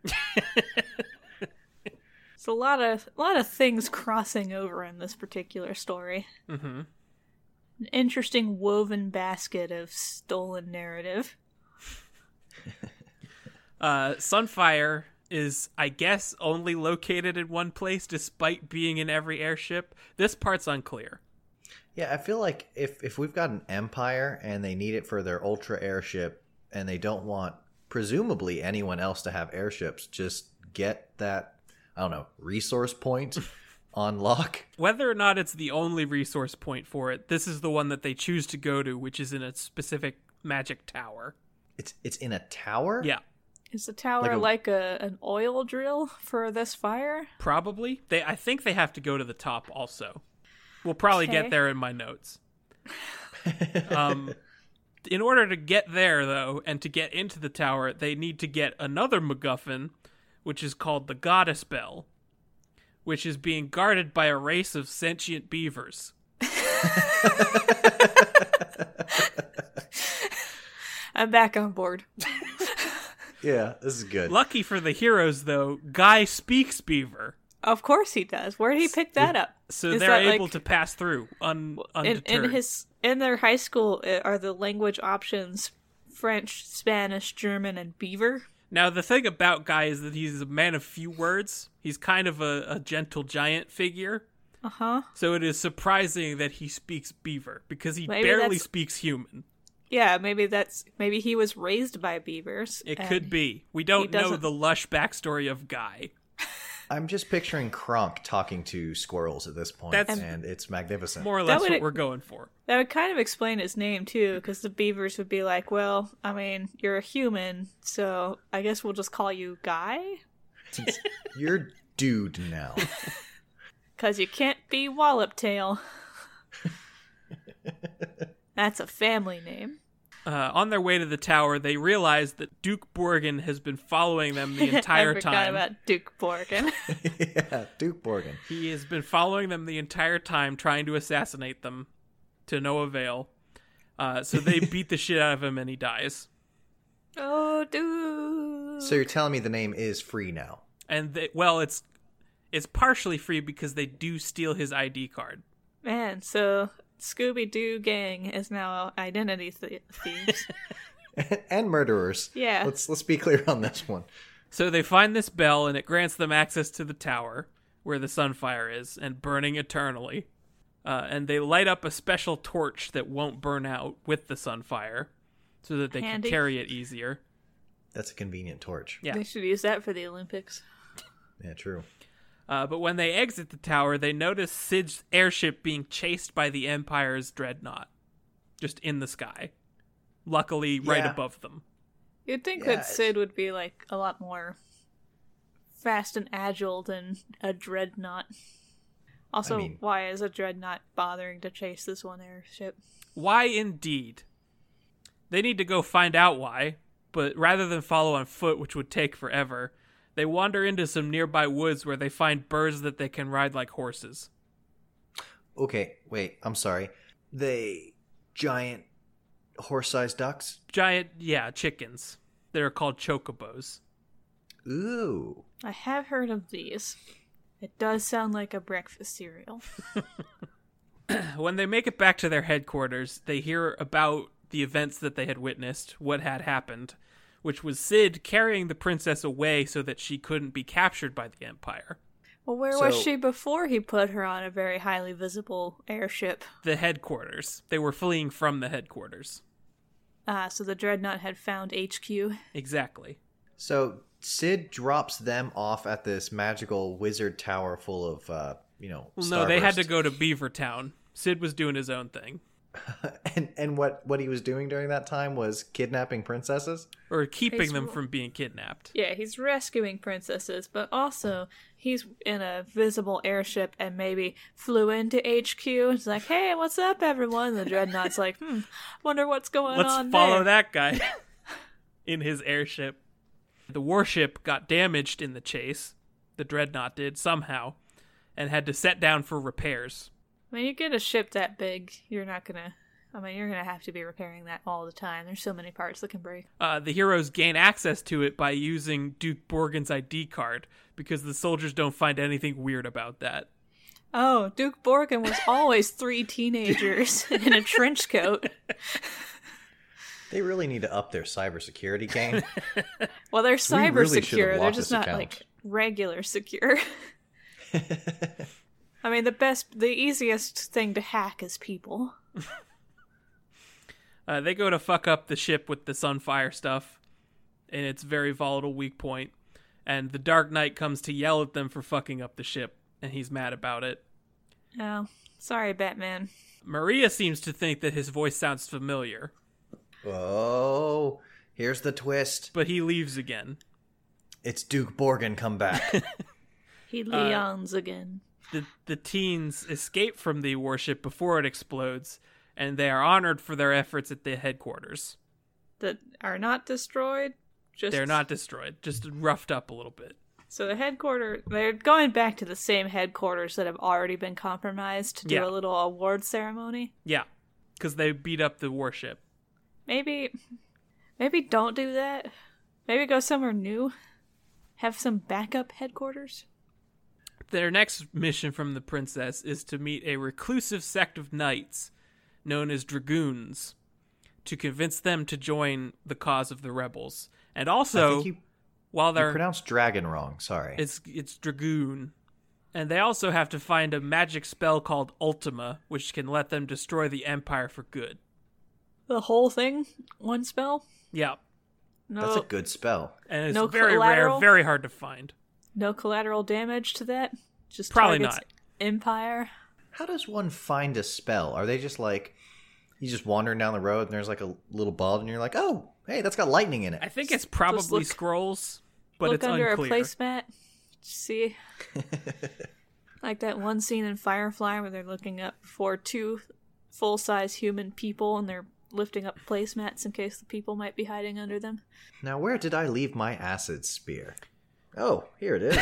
it's a lot of a lot of things crossing over in this particular story hmm an interesting woven basket of stolen narrative Uh, Sunfire is, I guess, only located in one place despite being in every airship. This part's unclear. Yeah, I feel like if if we've got an empire and they need it for their ultra airship and they don't want presumably anyone else to have airships, just get that I don't know, resource point on lock. Whether or not it's the only resource point for it, this is the one that they choose to go to, which is in a specific magic tower. It's it's in a tower? Yeah, is the tower Like like, a- a, an oil drill for this fire probably. They, I think they have to go to the top also. We'll probably Okay. get there in my notes. Um, in order to get there, though, and to get into the tower, they need to get another MacGuffin, which is called the Goddess Bell, which is being guarded by a race of sentient beavers. i'm back on board yeah, this is good. Lucky for the heroes, though, Guy speaks beaver, Of course he does. Where did he pick that up? so Is they're that, able like, to pass through un- in, undeterred. in his in their high school uh, are the language options French, Spanish, German, and Beaver. Now, the thing about Guy is that he's a man of few words. He's kind of a, a gentle giant figure. Uh huh. So it is surprising that he speaks beaver because he Maybe barely that's- speaks human. Yeah, maybe that's maybe he was raised by beavers. It and- could be. We don't know doesn't- the lush backstory of Guy. I'm just picturing Kronk talking to squirrels at this point, That's- and it's magnificent. More or That less would what e- we're going for. That would kind of explain his name too, because the beavers would be like, "Well, I mean, you're a human, so I guess we'll just call you Guy, You're dude now. because you can't be Wallop Tail. that's a family name." Uh, on their way to the tower, they realize that Duke Borgin has been following them the entire I forgot time. about Duke Borgin. yeah, Duke Borgin. He has been following them the entire time, trying to assassinate them, to no avail. Uh, so they beat the shit out of him, and he dies. oh, dude. So you're telling me the name is free now? And they, well, it's it's partially free because they do steal his ID card. Man, so Scooby Doo gang is now identity th- thieves. and murderers. Yeah. Let's let's be clear on this one. So they find this bell, and it grants them access to the tower where the Sunfire is and burning eternally. Uh, and they light up a special torch that won't burn out with the Sunfire, so that they Handy. can carry it easier. That's a convenient torch. Yeah. They should use that for the Olympics. Yeah, true. Uh, but when they exit the tower, they notice Sid's airship being chased by the Empire's dreadnought, just in the sky. Luckily, right Yeah. above them. You'd think Yeah, that Sid would be like a lot more fast and agile than a dreadnought. Also, mean- why is a dreadnought bothering to chase this one airship? Why indeed? They need to go find out why, but rather than follow on foot, which would take forever, they wander into some nearby woods where they find birds that they can ride like horses. Okay, wait, I'm sorry. They giant horse sized ducks? Giant, yeah, chickens. They're called chocobos. Ooh. I have heard of these. It does sound like a breakfast cereal. When they make it back to their headquarters, they hear about the events that they had witnessed, what had happened, which was Sid carrying the princess away so that she couldn't be captured by the Empire. Well, where was So- she before he put her on a very highly visible airship? The headquarters. They were fleeing from the headquarters. Ah, so the dreadnought had found HQ. Exactly. So Sid drops them off at this magical wizard tower full of uh you know, Well, no, they had to Starburst. go to Beavertown. Sid was doing his own thing, and and what what he was doing during that time was kidnapping princesses. or keeping Face them rule. from being kidnapped. Yeah, he's rescuing princesses, but also he's in a visible airship and maybe flew into HQ. It's like, hey, what's up, everyone? The dreadnought's like, hmm, wonder what's going Let's on. follow there. that guy in his airship. The warship got damaged in the chase. The dreadnought did somehow, and had to set down for repairs. When you get a ship that big, you're not gonna. I mean, you're gonna have to be repairing that all the time. There's so many parts that can break. Uh, the heroes gain access to it by using Duke Borgen's ID card because the soldiers don't find anything weird about that. Oh, Duke Borgin was always three teenagers in a trench coat. They really need to up their cybersecurity game. Well, they're really cyber should have secure. They're blocked just this not account. like regular secure. I mean, the best, the easiest thing to hack is people. Uh, they go to fuck up the ship with the Sunfire stuff and its very volatile weak point. And the Dark Knight comes to yell at them for fucking up the ship, and he's mad about it. Oh, sorry, Batman. Maria seems to think that his voice sounds familiar, oh, here's the twist. but he leaves again. It's Duke Borgin come back. He Leon's again. The, the teens escape from the warship before it explodes, and they are honored for their efforts at the headquarters. That are not destroyed. Just They're not destroyed, just roughed up a little bit. So the headquarters. They're going back to the same headquarters that have already been compromised to do Yeah. a little award ceremony. Yeah, because they beat up the warship. Maybe, maybe don't do that. Maybe go somewhere new. Have some backup headquarters. Their next mission from the princess is to meet a reclusive sect of knights known as dragoons to convince them to join the cause of the rebels. And I also, think you, while you they're pronounced dragon wrong. Sorry. it's it's dragoon, and they also have to find a magic spell called Ultima, which can let them destroy the empire for good. The whole thing, one spell. Yeah, No, That's a good spell. and it's No very rare, collateral? very hard to find. no collateral damage to that. Just Probably targets not. Empire. How does one find a spell? Are they just like you just wandering down the road and there's like a little bulb and you're like, oh, hey, that's got lightning in I it. think it's probably look- scrolls, but Look it's under unclear. a placemat. See, like that one scene in Firefly where they're looking up for two full-size human people and they're lifting up placemats in case the people might be hiding under them. Now, where did I leave my acid spear? Oh, here it is.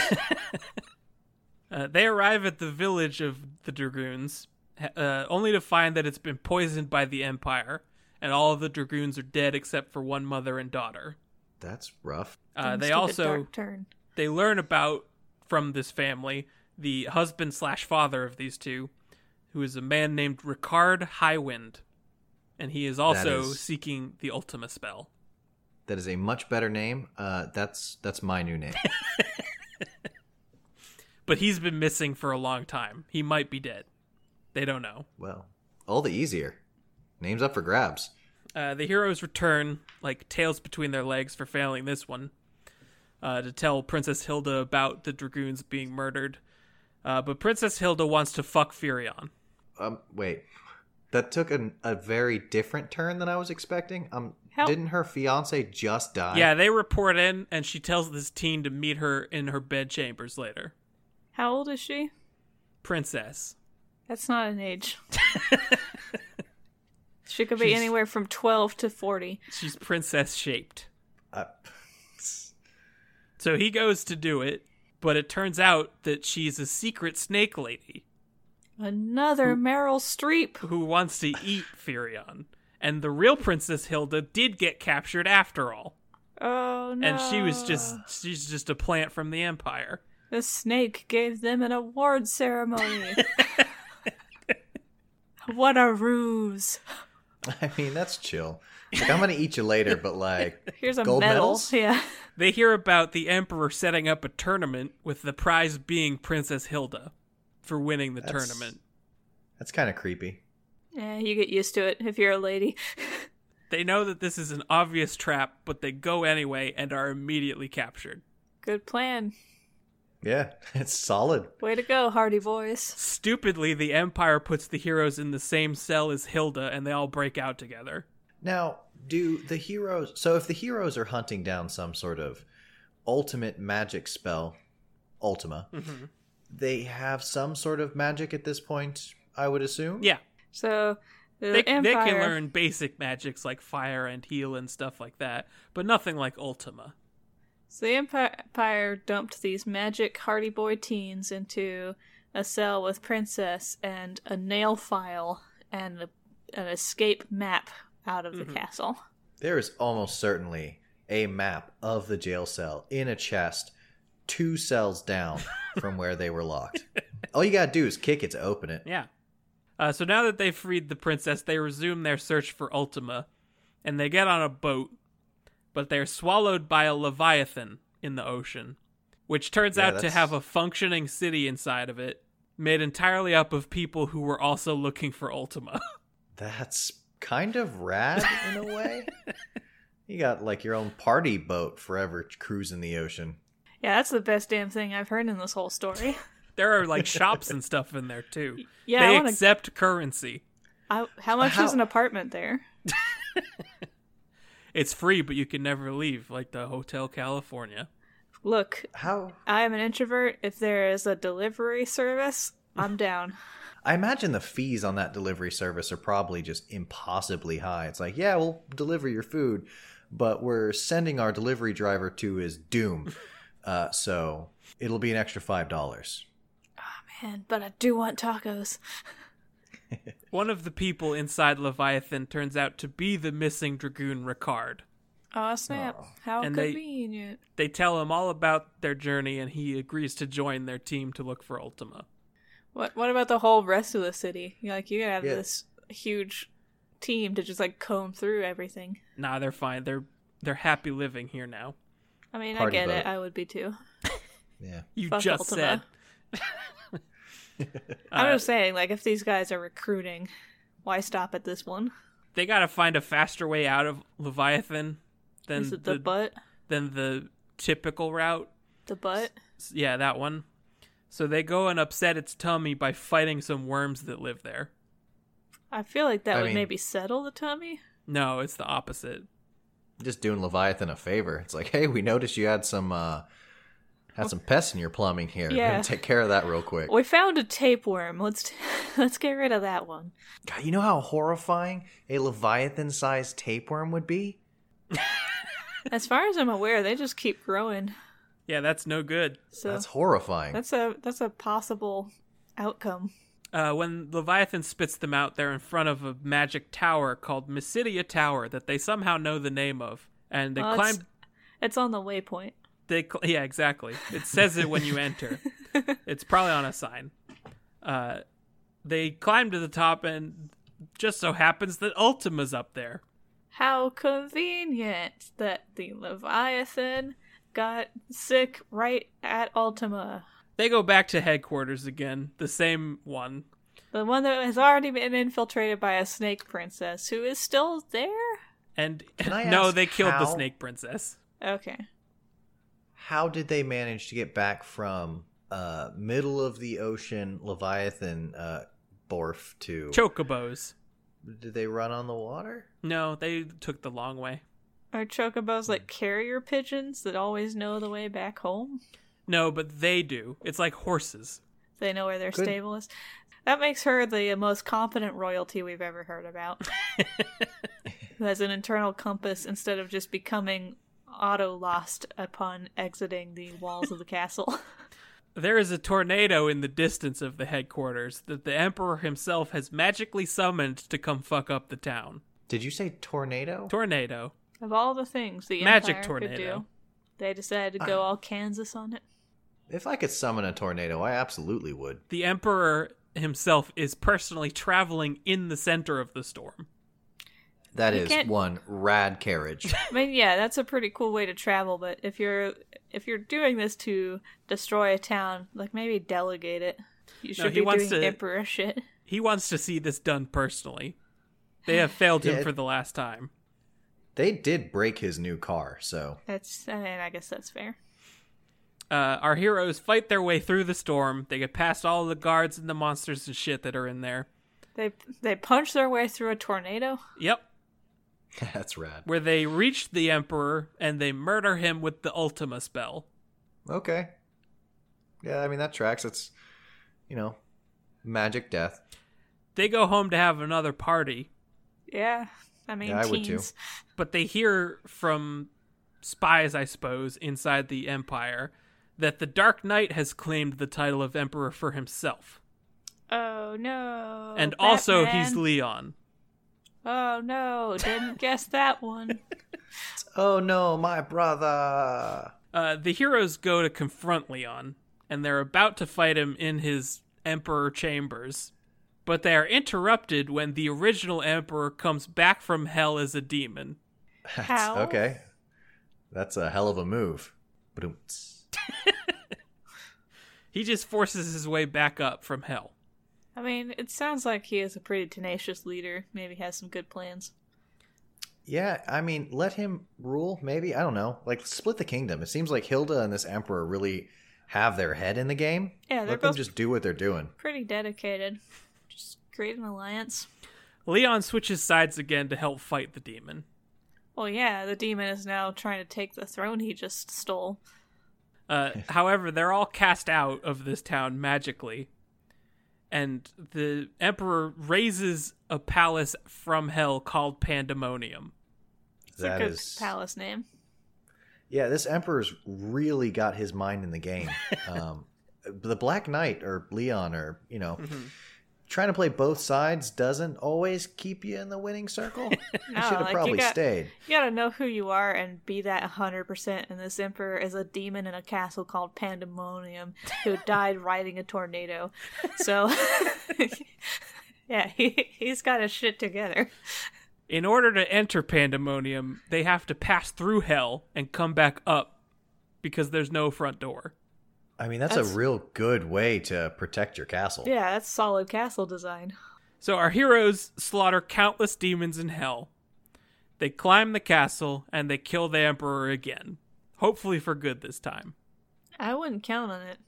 Uh, they arrive at the village of the dragoons, ha- uh, only to find that it's been poisoned by the Empire, and all of the dragoons are dead except for one mother and daughter. That's rough. Uh, Things they took a also dark turn. they learn about from this family the husband slash father of these two, who is a man named Ricard Highwind, and he is also is- seeking the Ultima spell. That is a much better name. Uh, that's that's my new name. But he's been missing for a long time. He might be dead. They don't know. well, all the easier. Name's up for grabs. Uh, the heroes return, like tails between their legs for failing this one, uh, to tell Princess Hilda about the dragoons being murdered. Uh, but Princess Hilda wants to fuck Furion. Um, wait, that took an, a very different turn than I was expecting. Um, How- didn't her fiance just die? Yeah, they report in, and she tells this teen to meet her in her bedchambers later. How old is she? Princess. That's not an age. she could be She's- anywhere from 12 to 40. She's princess shaped. Uh, So he goes to do it, but it turns out that she's a secret snake lady Another Meryl Streep. who wants to eat Furion. And the real Princess Hilda did get captured after all. Oh no. and she was just she's just a plant from the empire The snake gave them an award ceremony. what a ruse. I mean, that's chill. Like, I'm gonna eat you later, but like, Here's a Gold medal. medals? Yeah. they hear about the emperor setting up a tournament with the prize being princess hilda for winning the That's- tournament that's kind of creepy. Yeah, you get used to it if you're a lady. they know that this is an obvious trap but they go anyway and are immediately captured Good plan. Yeah, it's solid. Way to go, Hardy boys. stupidly the empire puts the heroes in the same cell as hilda and they all break out together Now, do the heroes? So, if the heroes are hunting down some sort of ultimate magic spell, Ultima, Mm-hmm. they have some sort of magic at this point. I would assume. yeah So the they, empire. they can learn basic magics like fire and heal and stuff like that but nothing like ultima So the empire dumped these magic Hardy boy teens into a cell with princess and a nail file and a, an escape map out of Mm-hmm. the castle. There is almost certainly a map of the jail cell in a chest, two cells down from where they were locked. All you gotta do is kick it to open it. Yeah. Uh, so now that they've freed the princess, they resume their search for Ultima, and they get on a boat, but they're swallowed by a leviathan in the ocean, which turns Yeah, out to that's- have a functioning city inside of it, made entirely up of people who were also looking for Ultima. That's kind of rad in a way. you got like your own party boat forever cruising the ocean. Yeah, that's the best damn thing I've heard in this whole story. there are like shops and stuff in there too. Yeah, they I wanna- accept currency. I, how much How- is an apartment there? It's free, but you can never leave, like the Hotel California. Look, How I am an introvert. If there is a delivery service, I'm down. I imagine the fees on that delivery service are probably just impossibly high. It's like, yeah, we'll deliver your food, but we're sending our delivery driver to his doom. Uh, so it'll be an extra five dollars. Man, but I do want tacos. One of the people inside Leviathan turns out to be the missing dragoon Ricard. Oh snap! How And they- convenient. They tell him all about their journey, and he agrees to join their team to look for Ultima. What What about the whole rest of the city? You're like, you're gonna have Yeah. this huge team to just like comb through everything. Nah, they're fine. They're they're happy living here now. I mean, Party I get it. boat. I would be too. Yeah. You Fuck just Ultima. said I'm just saying, like, if these guys are recruiting, why stop at this one? they gotta find a faster way out of Leviathan than Is it the, butt? than the typical route. The butt? S- Yeah, that one. So they go and upset its tummy by fighting some worms that live there. I feel like that I would mean- maybe settle the tummy. No, it's the opposite. Just doing Leviathan a favor. It's like, hey, we noticed you had some uh, Had some pests in your plumbing here. We're Yeah. gonna take care of that real quick. We found a tapeworm. Let's t- let's get rid of that one. God, you know how horrifying a leviathan-sized tapeworm would be. As far as I'm aware, they just keep growing. Yeah, that's no good. So That's that's, horrifying. a that's a possible outcome. Uh, when Leviathan spits them out, they're in front of a magic tower called Mysidia Tower that they somehow know the name of, and they Well, climb. it's- It's on the waypoint. They cl- yeah, exactly. It says it when you enter. It's probably on a sign. Uh, they climb to the top, and just so happens that Ultima's up there. How convenient that the Leviathan got sick right at Ultima. They go back to headquarters again, the same one. The one that has already been infiltrated by a snake princess who is still there? And Can I no, ask they killed the how? snake princess. Okay. How did they manage to get back from uh, middle of the ocean leviathan uh, borf to? Chocobos. Did they run on the water? No, they took the long way. Are chocobos like carrier pigeons that always know the way back home? No, but they do. It's like horses. They know where their Good. stable is. That makes her the most competent royalty we've ever heard about. Who has an internal compass instead of just becoming auto lost upon exiting the walls of the castle. There is a tornado in the distance of the headquarters that the Emperor himself has magically summoned to come fuck up the town. Did you say tornado? Tornado. of all the things the Magic Empire could tornado. Uh. do, they decided to go all Kansas on it. if I could summon a tornado, I absolutely would. The Emperor himself is personally traveling in the center of the storm. That You is can't- one rad carriage. I mean, yeah, that's a pretty cool way to travel, but if you're if you're doing this to destroy a town, like maybe delegate it. You should he be wants doing to- emperor shit. He wants to see this done personally. They have failed him Yeah. for the last time. they did break his new car, so That's I mean, I guess that's fair. Uh, our heroes fight their way through the storm. They get past all the guards and the monsters and shit that are in there. They they punch their way through a tornado. Yep. that's rad. Where they reach the Emperor and they murder him with the Ultima spell. Okay. Yeah, I mean that tracks. It's you know, magic death. They go home to have another party, Yeah, I mean, Yeah, I would teens. too. but they hear from spies, I suppose, inside the Empire that the Dark Knight has claimed the title of Emperor for himself. Oh no! and also, Batman. he's Leon. Oh no! Didn't guess that one. Oh no, my brother. Uh, the heroes go to confront Leon, and they're about to fight him in his Emperor chambers, but they are interrupted when the original Emperor comes back from hell as a demon. That's- How? Okay. That's a hell of a move. Ba-dum-ts. He just forces his way back up from hell. I mean, it sounds like he is a pretty tenacious leader. Maybe has some good plans. Yeah, I mean, let him rule, maybe. I don't know. Like, split the kingdom. It seems like Hilda and this emperor really have their head in the game. Yeah, they're let them both- just do what they're doing. Pretty dedicated. Just create an alliance. Leon switches sides again to help fight the demon. Well, yeah, the demon is now trying to take the throne he just stole. Uh, however, they're all cast out of this town magically, and the Emperor raises a palace from hell called Pandemonium. It's That a good is- palace name. Yeah, this emperor's really got his mind in the game. um, the Black Knight or Leon or you know, trying to play both sides doesn't always keep you in the winning circle. you No, should have like, you probably got- stayed. You gotta know who you are and be that 100%. And this emperor is a demon in a castle called Pandemonium who died riding a tornado. So, yeah, he, he's got his shit together. In order to enter Pandemonium, they have to pass through hell and come back up because there's no front door. I mean, that's, That's- a real good way to protect your castle. Yeah, that's solid castle design. So our heroes slaughter countless demons in hell. They climb the castle and they kill the Emperor again. Hopefully for good this time. I wouldn't count on it.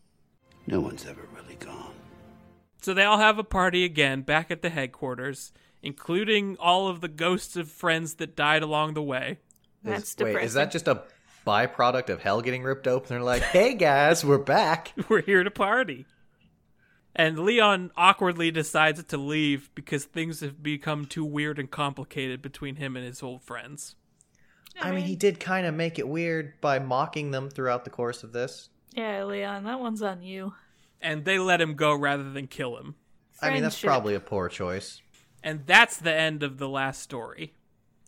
No one's ever really gone. So they all have a party again back at the headquarters, including all of the ghosts of friends that died along the way. Is- That's wait, depressing. is that just a byproduct of hell getting ripped open. They're like, hey guys, we're back. We're here to party. And Leon awkwardly decides to leave because things have become too weird and complicated between him and his old friends. I mean, he did kind of make it weird by mocking them throughout the course of this. Yeah, Leon, that one's on you. And they let him go rather than kill him. I mean, that's Friendship. probably a poor choice. And that's the end of the last story.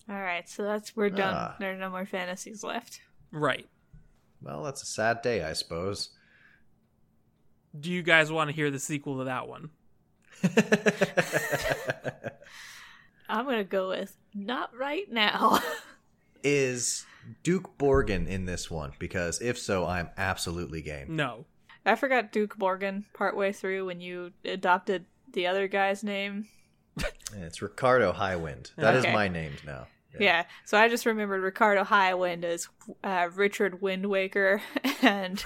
All right, so that's we're done. Ah. There are no more fantasies left. Right. Well, that's a sad day, I suppose. Do you guys want to hear the sequel to that one? I'm gonna go with not right now. Is Duke Borgin in this one? Because if so, I'm absolutely game. No. I forgot Duke Morgan partway through when you adopted the other guy's name. And It's Ricardo Highwind. That is Okay. my name now. Yeah. so I just remembered Ricardo Highwind as uh, Richard Windwaker, and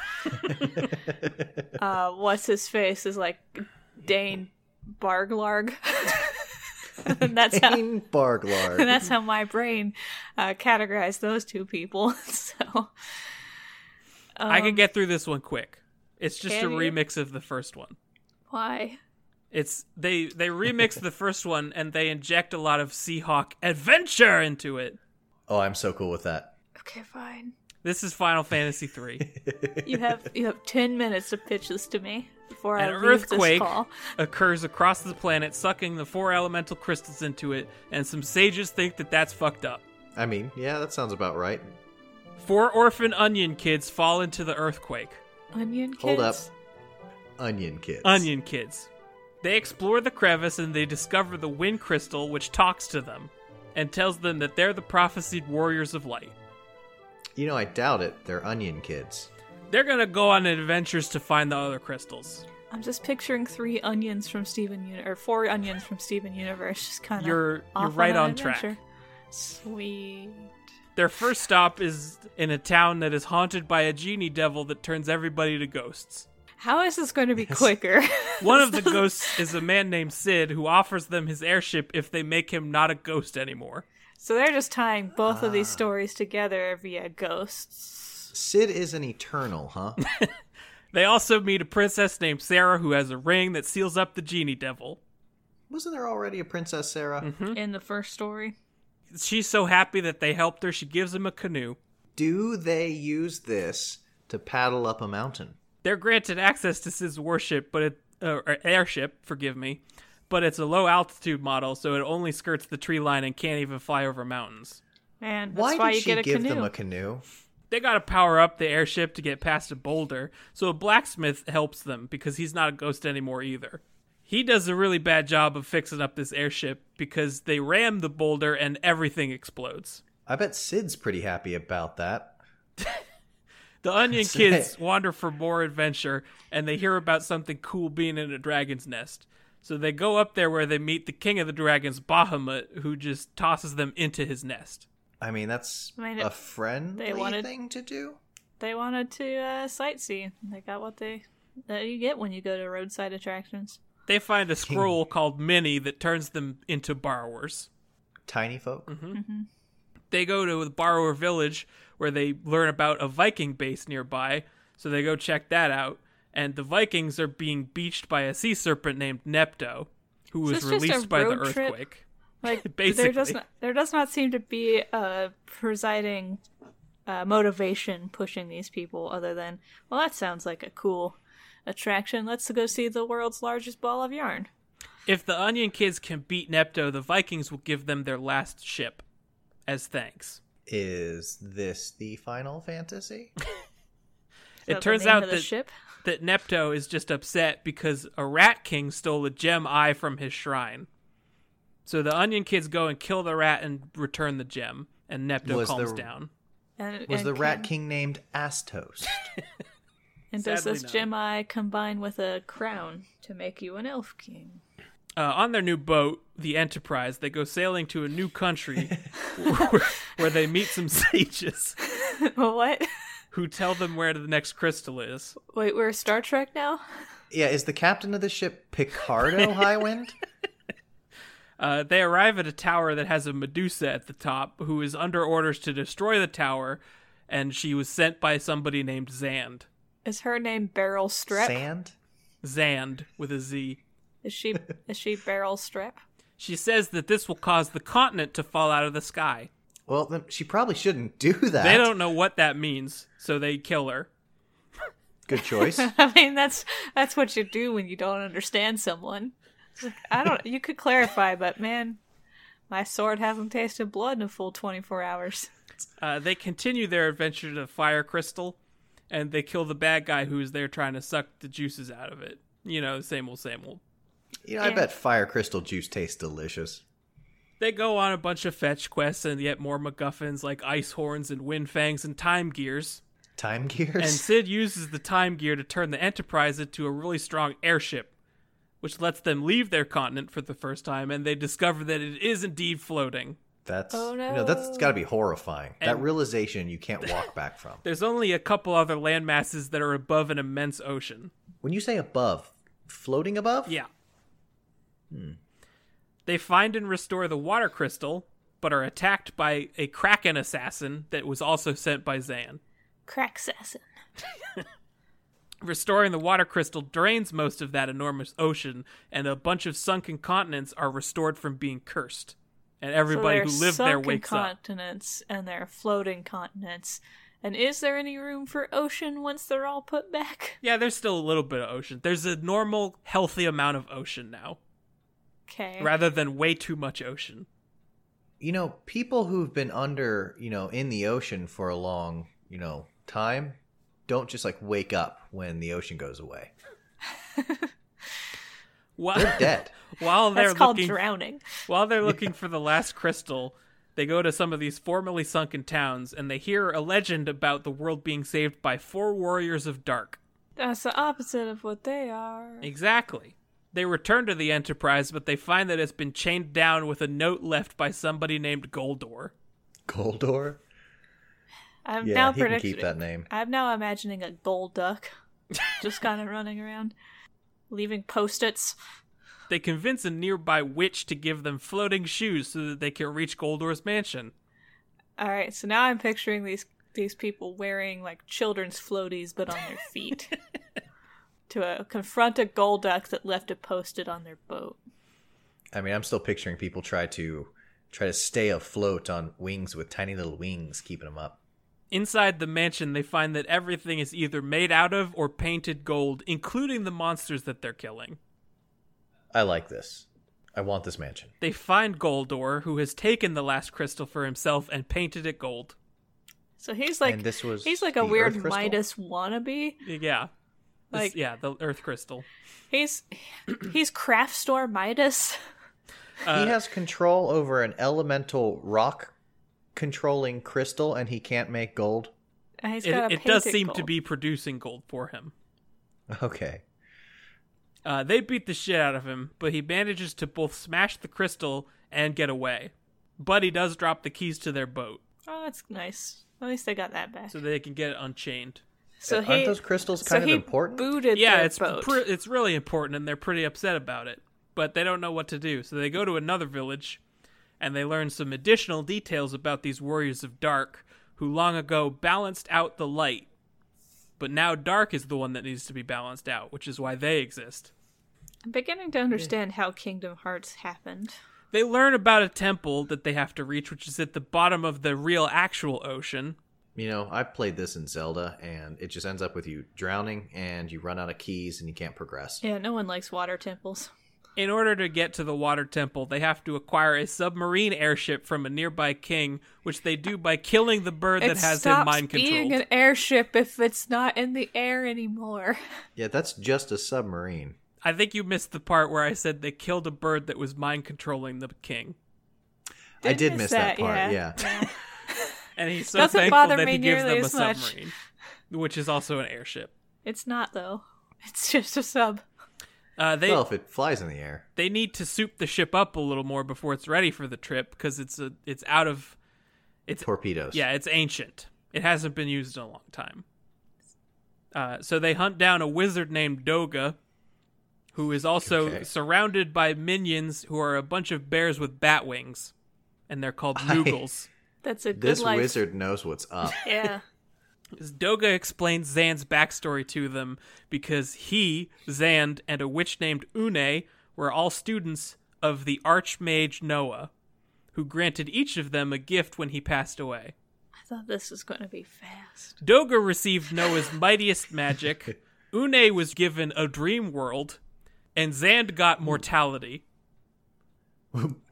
uh, what's his face is like Dane Barglarg. and that's how Dean Barglar. and that's how my brain uh, categorized those two people. so I um, can get through this one quick. It's just a Can you? remix of the first one. why. It's they they remix the first one and they inject a lot of Seahawk adventure into it. Oh, I'm so cool with that. Okay, fine. This is Final Fantasy 3. You have you have ten minutes to pitch this to me before An I leave this earthquake call. occurs across the planet, sucking the four elemental crystals into it, and some sages think that that's fucked up. I mean, yeah, that sounds about right. Four orphan onion kids fall into the earthquake. Onion kids. Hold up. Onion kids. Onion kids. They explore the crevice and they discover the wind crystal, which talks to them and tells them that they're the prophesied warriors of light. You know, I doubt it. They're onion kids. They're gonna go on adventures to find the other crystals. I'm just picturing three onions from Steven Uni- or four onions from Steven Universe. Just kind of You're- you're right on track. Sweet. Their first stop is in a town that is haunted by a genie devil that turns everybody to ghosts. How is this going to be quicker? One of the ghosts is a man named Sid who offers them his airship if they make him not a ghost anymore. so they're just tying both of these Ah. stories together via ghosts. Sid is an eternal, huh? They also meet a princess named Sarah who has a ring that seals up the genie devil. Wasn't there already a Princess Sarah? Hmm? In the first story, She's so happy that they helped her, she gives him a canoe. Do they use this to paddle up a mountain? They're granted access to Sid's warship, but it, uh, or airship, forgive me, but it's a low altitude model, so it only skirts the tree line and can't even fly over mountains. man, that's Why, why, did you she get a give canoe. them a canoe? They gotta power up the airship to get past a boulder, so a blacksmith helps them because he's not a ghost anymore either. He does a really bad job of fixing up this airship because they ram the boulder and everything explodes. I bet Sid's pretty happy about that. The Onion That's Kids right. wander for more adventure, and they hear about something cool being in a dragon's nest. So they go up there where they meet the king of the dragons, Bahamut, who just tosses them into his nest. I mean, that's I mean, a it- friendly wanted- thing to do. they wanted to uh, sightsee. They got what they that you get when you go to roadside attractions. They find a scroll called Minnie that turns them into borrowers. Tiny folk. Mm-hmm. They go to the borrower village where they learn about a Viking base nearby, so they go check that out. And the Vikings are being beached by a sea serpent named Nepto, who was Is this just a released by the road trip? earthquake. Like there Basically. does not there does not seem to be a presiding uh, motivation pushing these people other than well that sounds like a cool attraction. Let's go see the world's largest ball of yarn. If the Onion Kids can beat Nepto, the Vikings will give them their last ship as thanks. Is this the Final Fantasy? Is It that the turns name out of the that, ship. that Nepto is just upset because a rat king stole a gem eye from his shrine. So the Onion Kids go and kill the rat and return the gem, and Nepto Was calms the- down. And, Was and the Rat can- King named Astos? And does Sadly this not. gem eye combine with a crown to make you an elf king? Uh, on their new boat, the Enterprise, they go sailing to a new country where, where they meet some sages what? who tell them where the next crystal is. Wait, we're Star Trek now? yeah, is the captain of the ship Picardo Highwind? Uh, they arrive at a tower that has a Medusa at the top, who is under orders to destroy the tower, and she was sent by somebody named Zand. Is her name Beryl Strep? Sand? Zand with a Z. Is she is she Beryl Strep? She says that this will cause the continent to fall out of the sky. Well, then she probably shouldn't do that. They don't know what that means, so they kill her. Good choice. I mean, that's that's what you do when you don't understand someone. It's like, I don't. You could clarify, but man, my sword hasn't tasted blood in a full twenty four hours. Uh, they continue their adventure to Fire Crystal, and they kill the bad guy who is there trying to suck the juices out of it. You know, same old, same old. You know, I Yeah. bet fire crystal juice tastes delicious. They go on a bunch of fetch quests and get more MacGuffins like ice horns and wind fangs and time gears. Time And gears? Sid uses the time gear to turn the Enterprise into a really strong airship, which lets them leave their continent for the first time, and they discover that it is indeed floating. that's Oh, you know, that's no. got to be horrifying. that And- realization you can't walk back from. There's only a couple other land masses that are above an immense ocean. When you say above, floating above? Yeah. Hmm. They find and restore the water crystal, but are attacked by a Kraken assassin that was also sent by Zan. Crack assassin. Restoring the water crystal drains most of that enormous ocean, and a bunch of sunken continents are restored from being cursed. And everybody so who they're lived there sunken wakes up. continents and they're floating continents. And is there any room for ocean once they're all put back? Yeah, there's still a little bit of ocean. There's a normal, healthy amount of ocean now, Okay. rather than way too much ocean. You know, people who've been under, you know, in the ocean for a long, you know, time don't just like wake up when the ocean goes away. While They're dead. while That's they're called looking drowning. while they're looking for the last crystal, they go to some of these formerly sunken towns, and they hear a legend about the world being saved by four warriors of dark. That's the opposite of what they are. Exactly. They return to the Enterprise, but they find that it's been chained down with a note left by somebody named Goldor. Goldor? I'm Yeah, now he can predicting. keep that name. I'm now imagining a gold duck, just kind of running around, leaving post-its. They convince a nearby witch to give them floating shoes so that they can reach Goldor's mansion. All right, so now I'm picturing these these people wearing like children's floaties, but on their feet, to uh, confront a gold duck that left it posted on their boat. I mean, I'm still picturing people try to try to stay afloat on wings with tiny little wings keeping them up. Inside the mansion, they find that everything is either made out of or painted gold, including the monsters that they're killing. I like this. I want this mansion. They find Goldor, who has taken the last crystal for himself and painted it gold. So he's like And this was he's like a the weird Earth crystal? Midas wannabe. Yeah. This- Like- yeah, the earth crystal. He's he's craft store Midas. Uh, he has control over an elemental rock controlling crystal and he can't make gold. And he's It, got a it does painted seem to gold. be producing gold for him. Okay. Uh, they beat the shit out of him, but he manages to both smash the crystal and get away. But he does drop the keys to their boat Oh, that's nice. At least they got that back. so So, they can get it unchained. he Aren't those crystals so kind he of important? booted yeah, their it's boat. pr- it's really important, and they're pretty upset about it. But they don't know what to do, so they go to another village, and they learn some additional details about these warriors of dark, who long ago balanced out the light, but now dark is the one that needs to be balanced out, which is why they exist. I'm beginning to understand how Kingdom Hearts happened. They learn about a temple that they have to reach, which is at the bottom of the real actual ocean. You know, I played this in Zelda and it just ends up with you drowning and you run out of keys and you can't progress. Yeah, no one likes water temples. In order to get to the water temple, they have to acquire a submarine airship from a nearby king, which they do by killing the bird that it has him stops mind being controlled. an airship if it's not in the air anymore. Yeah, that's just a submarine. I think you missed the part where I said they killed a bird that was mind controlling the king. I Did did miss miss that, that, part, yeah. yeah. And he's so Doesn't thankful bother that me he gives nearly them a as much. submarine, which is also an airship. It's not though. It's just a sub. Uh, they well, if it flies in the air. they need to soup the ship up a little more before it's ready for the trip because it's a it's out of Torpedoes. Yeah, it's ancient. It hasn't been used in a long time. Uh, so they hunt down a wizard named Doga, who is also Okay. surrounded by minions who are a bunch of bears with bat wings, and they're called Noogles. That's a good This life. wizard knows what's up. Yeah. As Doga explains Zan's backstory to them because he, Zand, and a witch named Une were all students of the Archmage Noah, who granted each of them a gift when he passed away. I thought this was going to be fast. Doga received Noah's mightiest magic, Une was given a dream world, and Zand got mortality.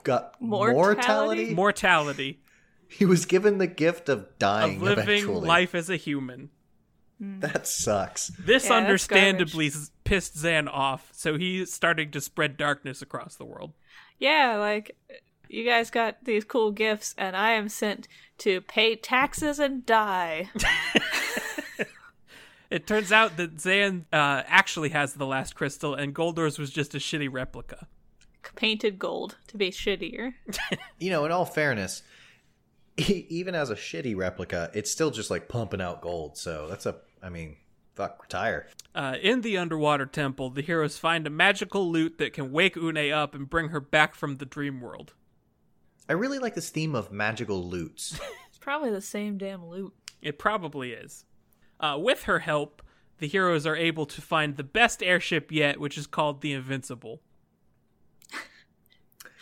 Got Mortality? mortality? Mortality he was given the gift of dying of living eventually. life as a human. That sucks. This Yeah, that's understandably s- pissed Zan off, so he's starting to spread darkness across the world. Yeah, like you guys got these cool gifts, and I am sent to pay taxes and die. It turns out that Zan uh, actually has the last crystal, and Goldor's was just a shitty replica. Painted gold to be shittier. You know, in all fairness, e- even as a shitty replica, it's still just like pumping out gold. So that's a, I mean, fuck, retire. Uh, in the underwater temple, the heroes find a magical loot that can wake Une up and bring her back from the dream world. I really like this theme of magical loots. It's probably the same damn loot. It probably is. Uh, with her help, the heroes are able to find the best airship yet, which is called the Invincible.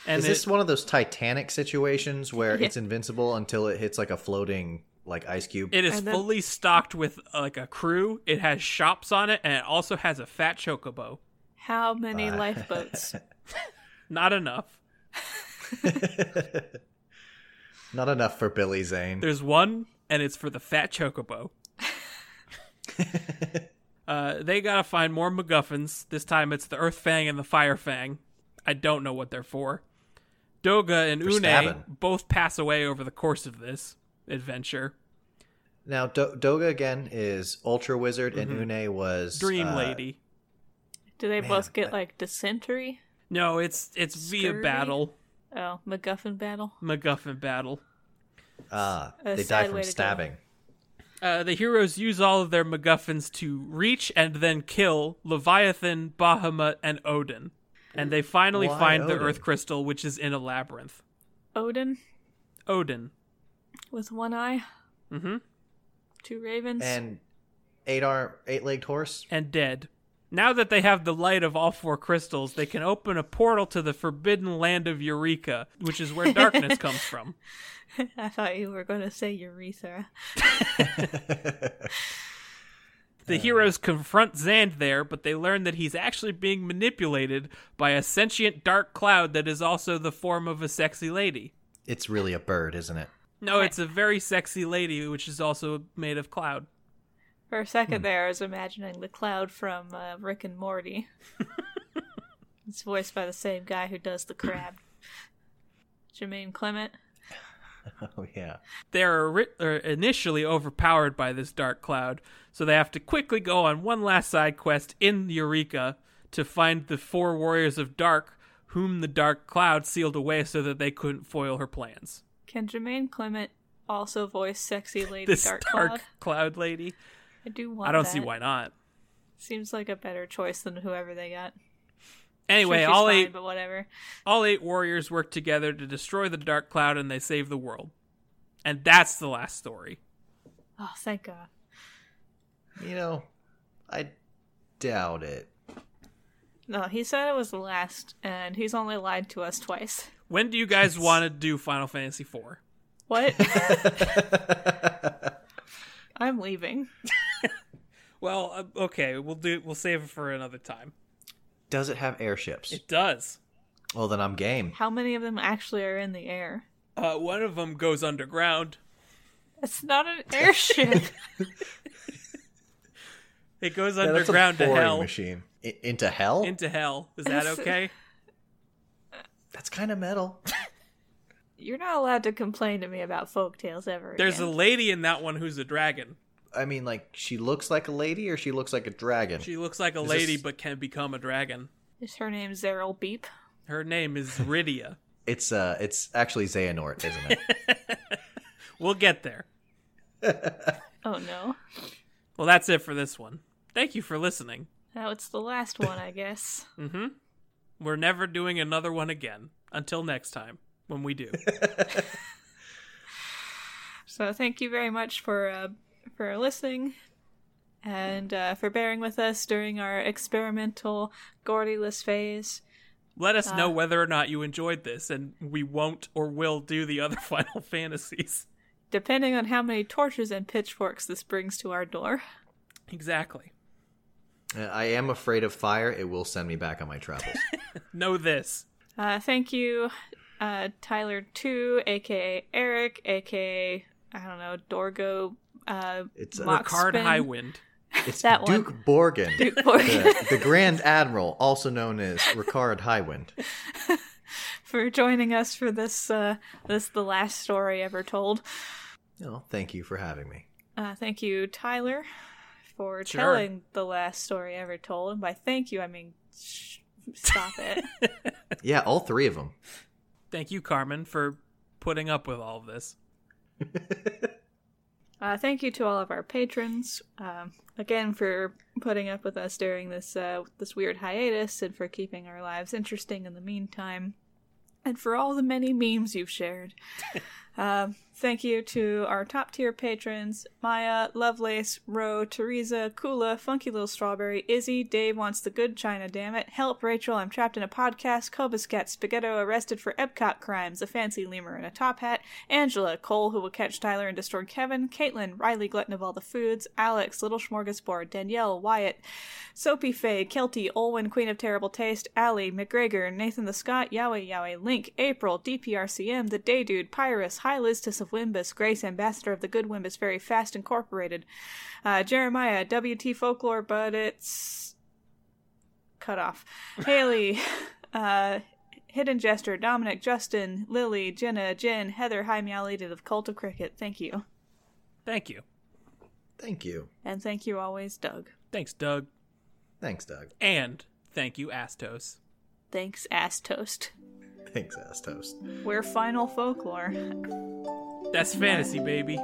And Is it- this one of those Titanic situations where Yeah. it's invincible until it hits like a floating like ice cube? It is And then- fully stocked with uh, like a crew. It has shops on it, and it also has a fat chocobo. How many Uh, lifeboats? Not enough. Not enough for Billy Zane. There's one, and it's for the fat chocobo. uh, they gotta find more MacGuffins. This time it's the Earth Fang and the Fire Fang. I don't know what they're for. Doga and For Une stabbing. both pass away over the course of this adventure. Now, Do- Doga again is Ultra Wizard, and Une was Mm-hmm. Dream uh, Lady. Do they Man, both get I- like dysentery? No, it's it's via Scurvy? battle, Oh, MacGuffin battle. MacGuffin battle. Ah, A they sad way die from to go. stabbing. Uh, the heroes use all of their MacGuffins to reach and then kill Leviathan, Bahamut, and Odin. And they finally Why find the Odin? Earth Crystal, which is in a labyrinth. Odin Odin. with one eye, Mm-hmm. two ravens. And eight arm, eight legged horse. And dead. Now that they have the light of all four crystals, they can open a portal to the forbidden land of Eureka, which is where darkness comes from. Uh. I thought you were going to say urethra. The heroes confront Zand there, but they learn that he's actually being manipulated by a sentient dark cloud that is also the form of a sexy lady. It's really a bird, isn't it? No, it's a very sexy lady, which is also made of cloud. For a Hmm. second there, I was imagining the cloud from uh, Rick and Morty. it's voiced by the same guy who does the crab, Jermaine Clement. Oh yeah. They're ri- er, initially overpowered by this dark cloud, so they have to quickly go on one last side quest in Eureka to find the four warriors of dark, whom the dark cloud sealed away so that they couldn't foil her plans. Can Jermaine Clement also voice sexy lady This Dark dark, Cloud? cloud lady. I do want. I don't that. see why not. Seems like a better choice than whoever they got. Sure, Anyway, e- she's all fine, eight but whatever. all eight warriors work together to destroy the dark cloud and they save the world. And that's the last story. Oh, thank God. You know, I doubt it. No, he said it was the last, and he's only lied to us twice. When do you guys want to do Final Fantasy IV? What? I'm leaving. Well, uh, okay, we'll do. We'll save it for another time. Does it have airships? It does. Well, then I'm game. How many of them actually are in the air? Uh, one of them goes underground. It's not an airship. It goes Yeah, that's a underground to boring hell. Machine I- into hell. Into hell. Is that That's- okay? That's kind of metal. You're not allowed to complain to me about folktales ever. There's a again. lady in that one who's a dragon. I mean, like she looks like a lady, or she looks like a dragon. She looks like a Is lady this- but can become a dragon. Is her name Zeril Beep? Her name is Rydia. It's uh, it's actually Xehanort, isn't it? we'll get there. Oh no. Well, that's it for this one. Thank you for listening. Now it's the last one, I guess. Mm-hmm. We're never doing another one again. Until next time, when we do. So thank you very much for uh, for listening and uh, for bearing with us during our experimental Gordyless phase. Let us know whether or not you enjoyed this, and we won't or will do the other Final Fantasies. Depending on how many torches and pitchforks this brings to our door. Exactly. Uh, I am afraid of fire. It will send me back on my travels. Know this. Uh, thank you, uh, Tyler Two, aka Eric, aka I don't know Dorgo. Uh, It's, uh, Moxpin. Card Highwind. It's That one. Duke Borgin, Duke Borgin. the, the Grand Admiral, also known as Ricard Highwind. for joining us for this uh, this the last story ever told. Oh, thank you for having me. Uh, thank you, Tyler, for Sure. telling the last story ever told. And by thank you, I mean sh- stop it. Yeah, all three of them. Thank you, Carmen, for putting up with all of this. Uh, thank you to all of our patrons um, again for putting up with us during this uh, this weird hiatus and for keeping our lives interesting in the meantime, and for all the many memes you've shared. um, thank you to our top tier patrons: Maya, Lovelace, Ro, Teresa, Kula, Funky Little Strawberry, Izzy, Dave wants the good China, damn it! Help, Rachel! I'm trapped in a podcast. Cobus Cat, Spaghetto arrested for Epcot crimes. A fancy lemur in a top hat. Angela, Cole, who will catch Tyler and destroy Kevin, Caitlin, Riley, glutton of all the foods, Alex, Little Smorgasbord, Danielle, Wyatt, Soapy Faye, Kelty, Olwen, Queen of Terrible Taste, Allie, McGregor, Nathan the Scott, Yowie Yowie, Link, April, DPRCM, The Day Dude, Pyrus, High Listus of Wimbus, Grace, Ambassador of the Good Wimbus, Very Fast Incorporated, uh, Jeremiah, WT Folklore, but it's cut off. Haley, uh, Hidden Jester, Dominic, Justin, Lily, Jenna, Jen, Heather, Hi Meowlated of Cult of Cricket. Thank you. Thank you. Thank you. And thank you always, Doug. Thanks, Doug. Thanks, Doug. And thank you, Astos. Thanks, Ass Toast. Thanks, Ass Toast. We're Final Folklore. That's fantasy, baby.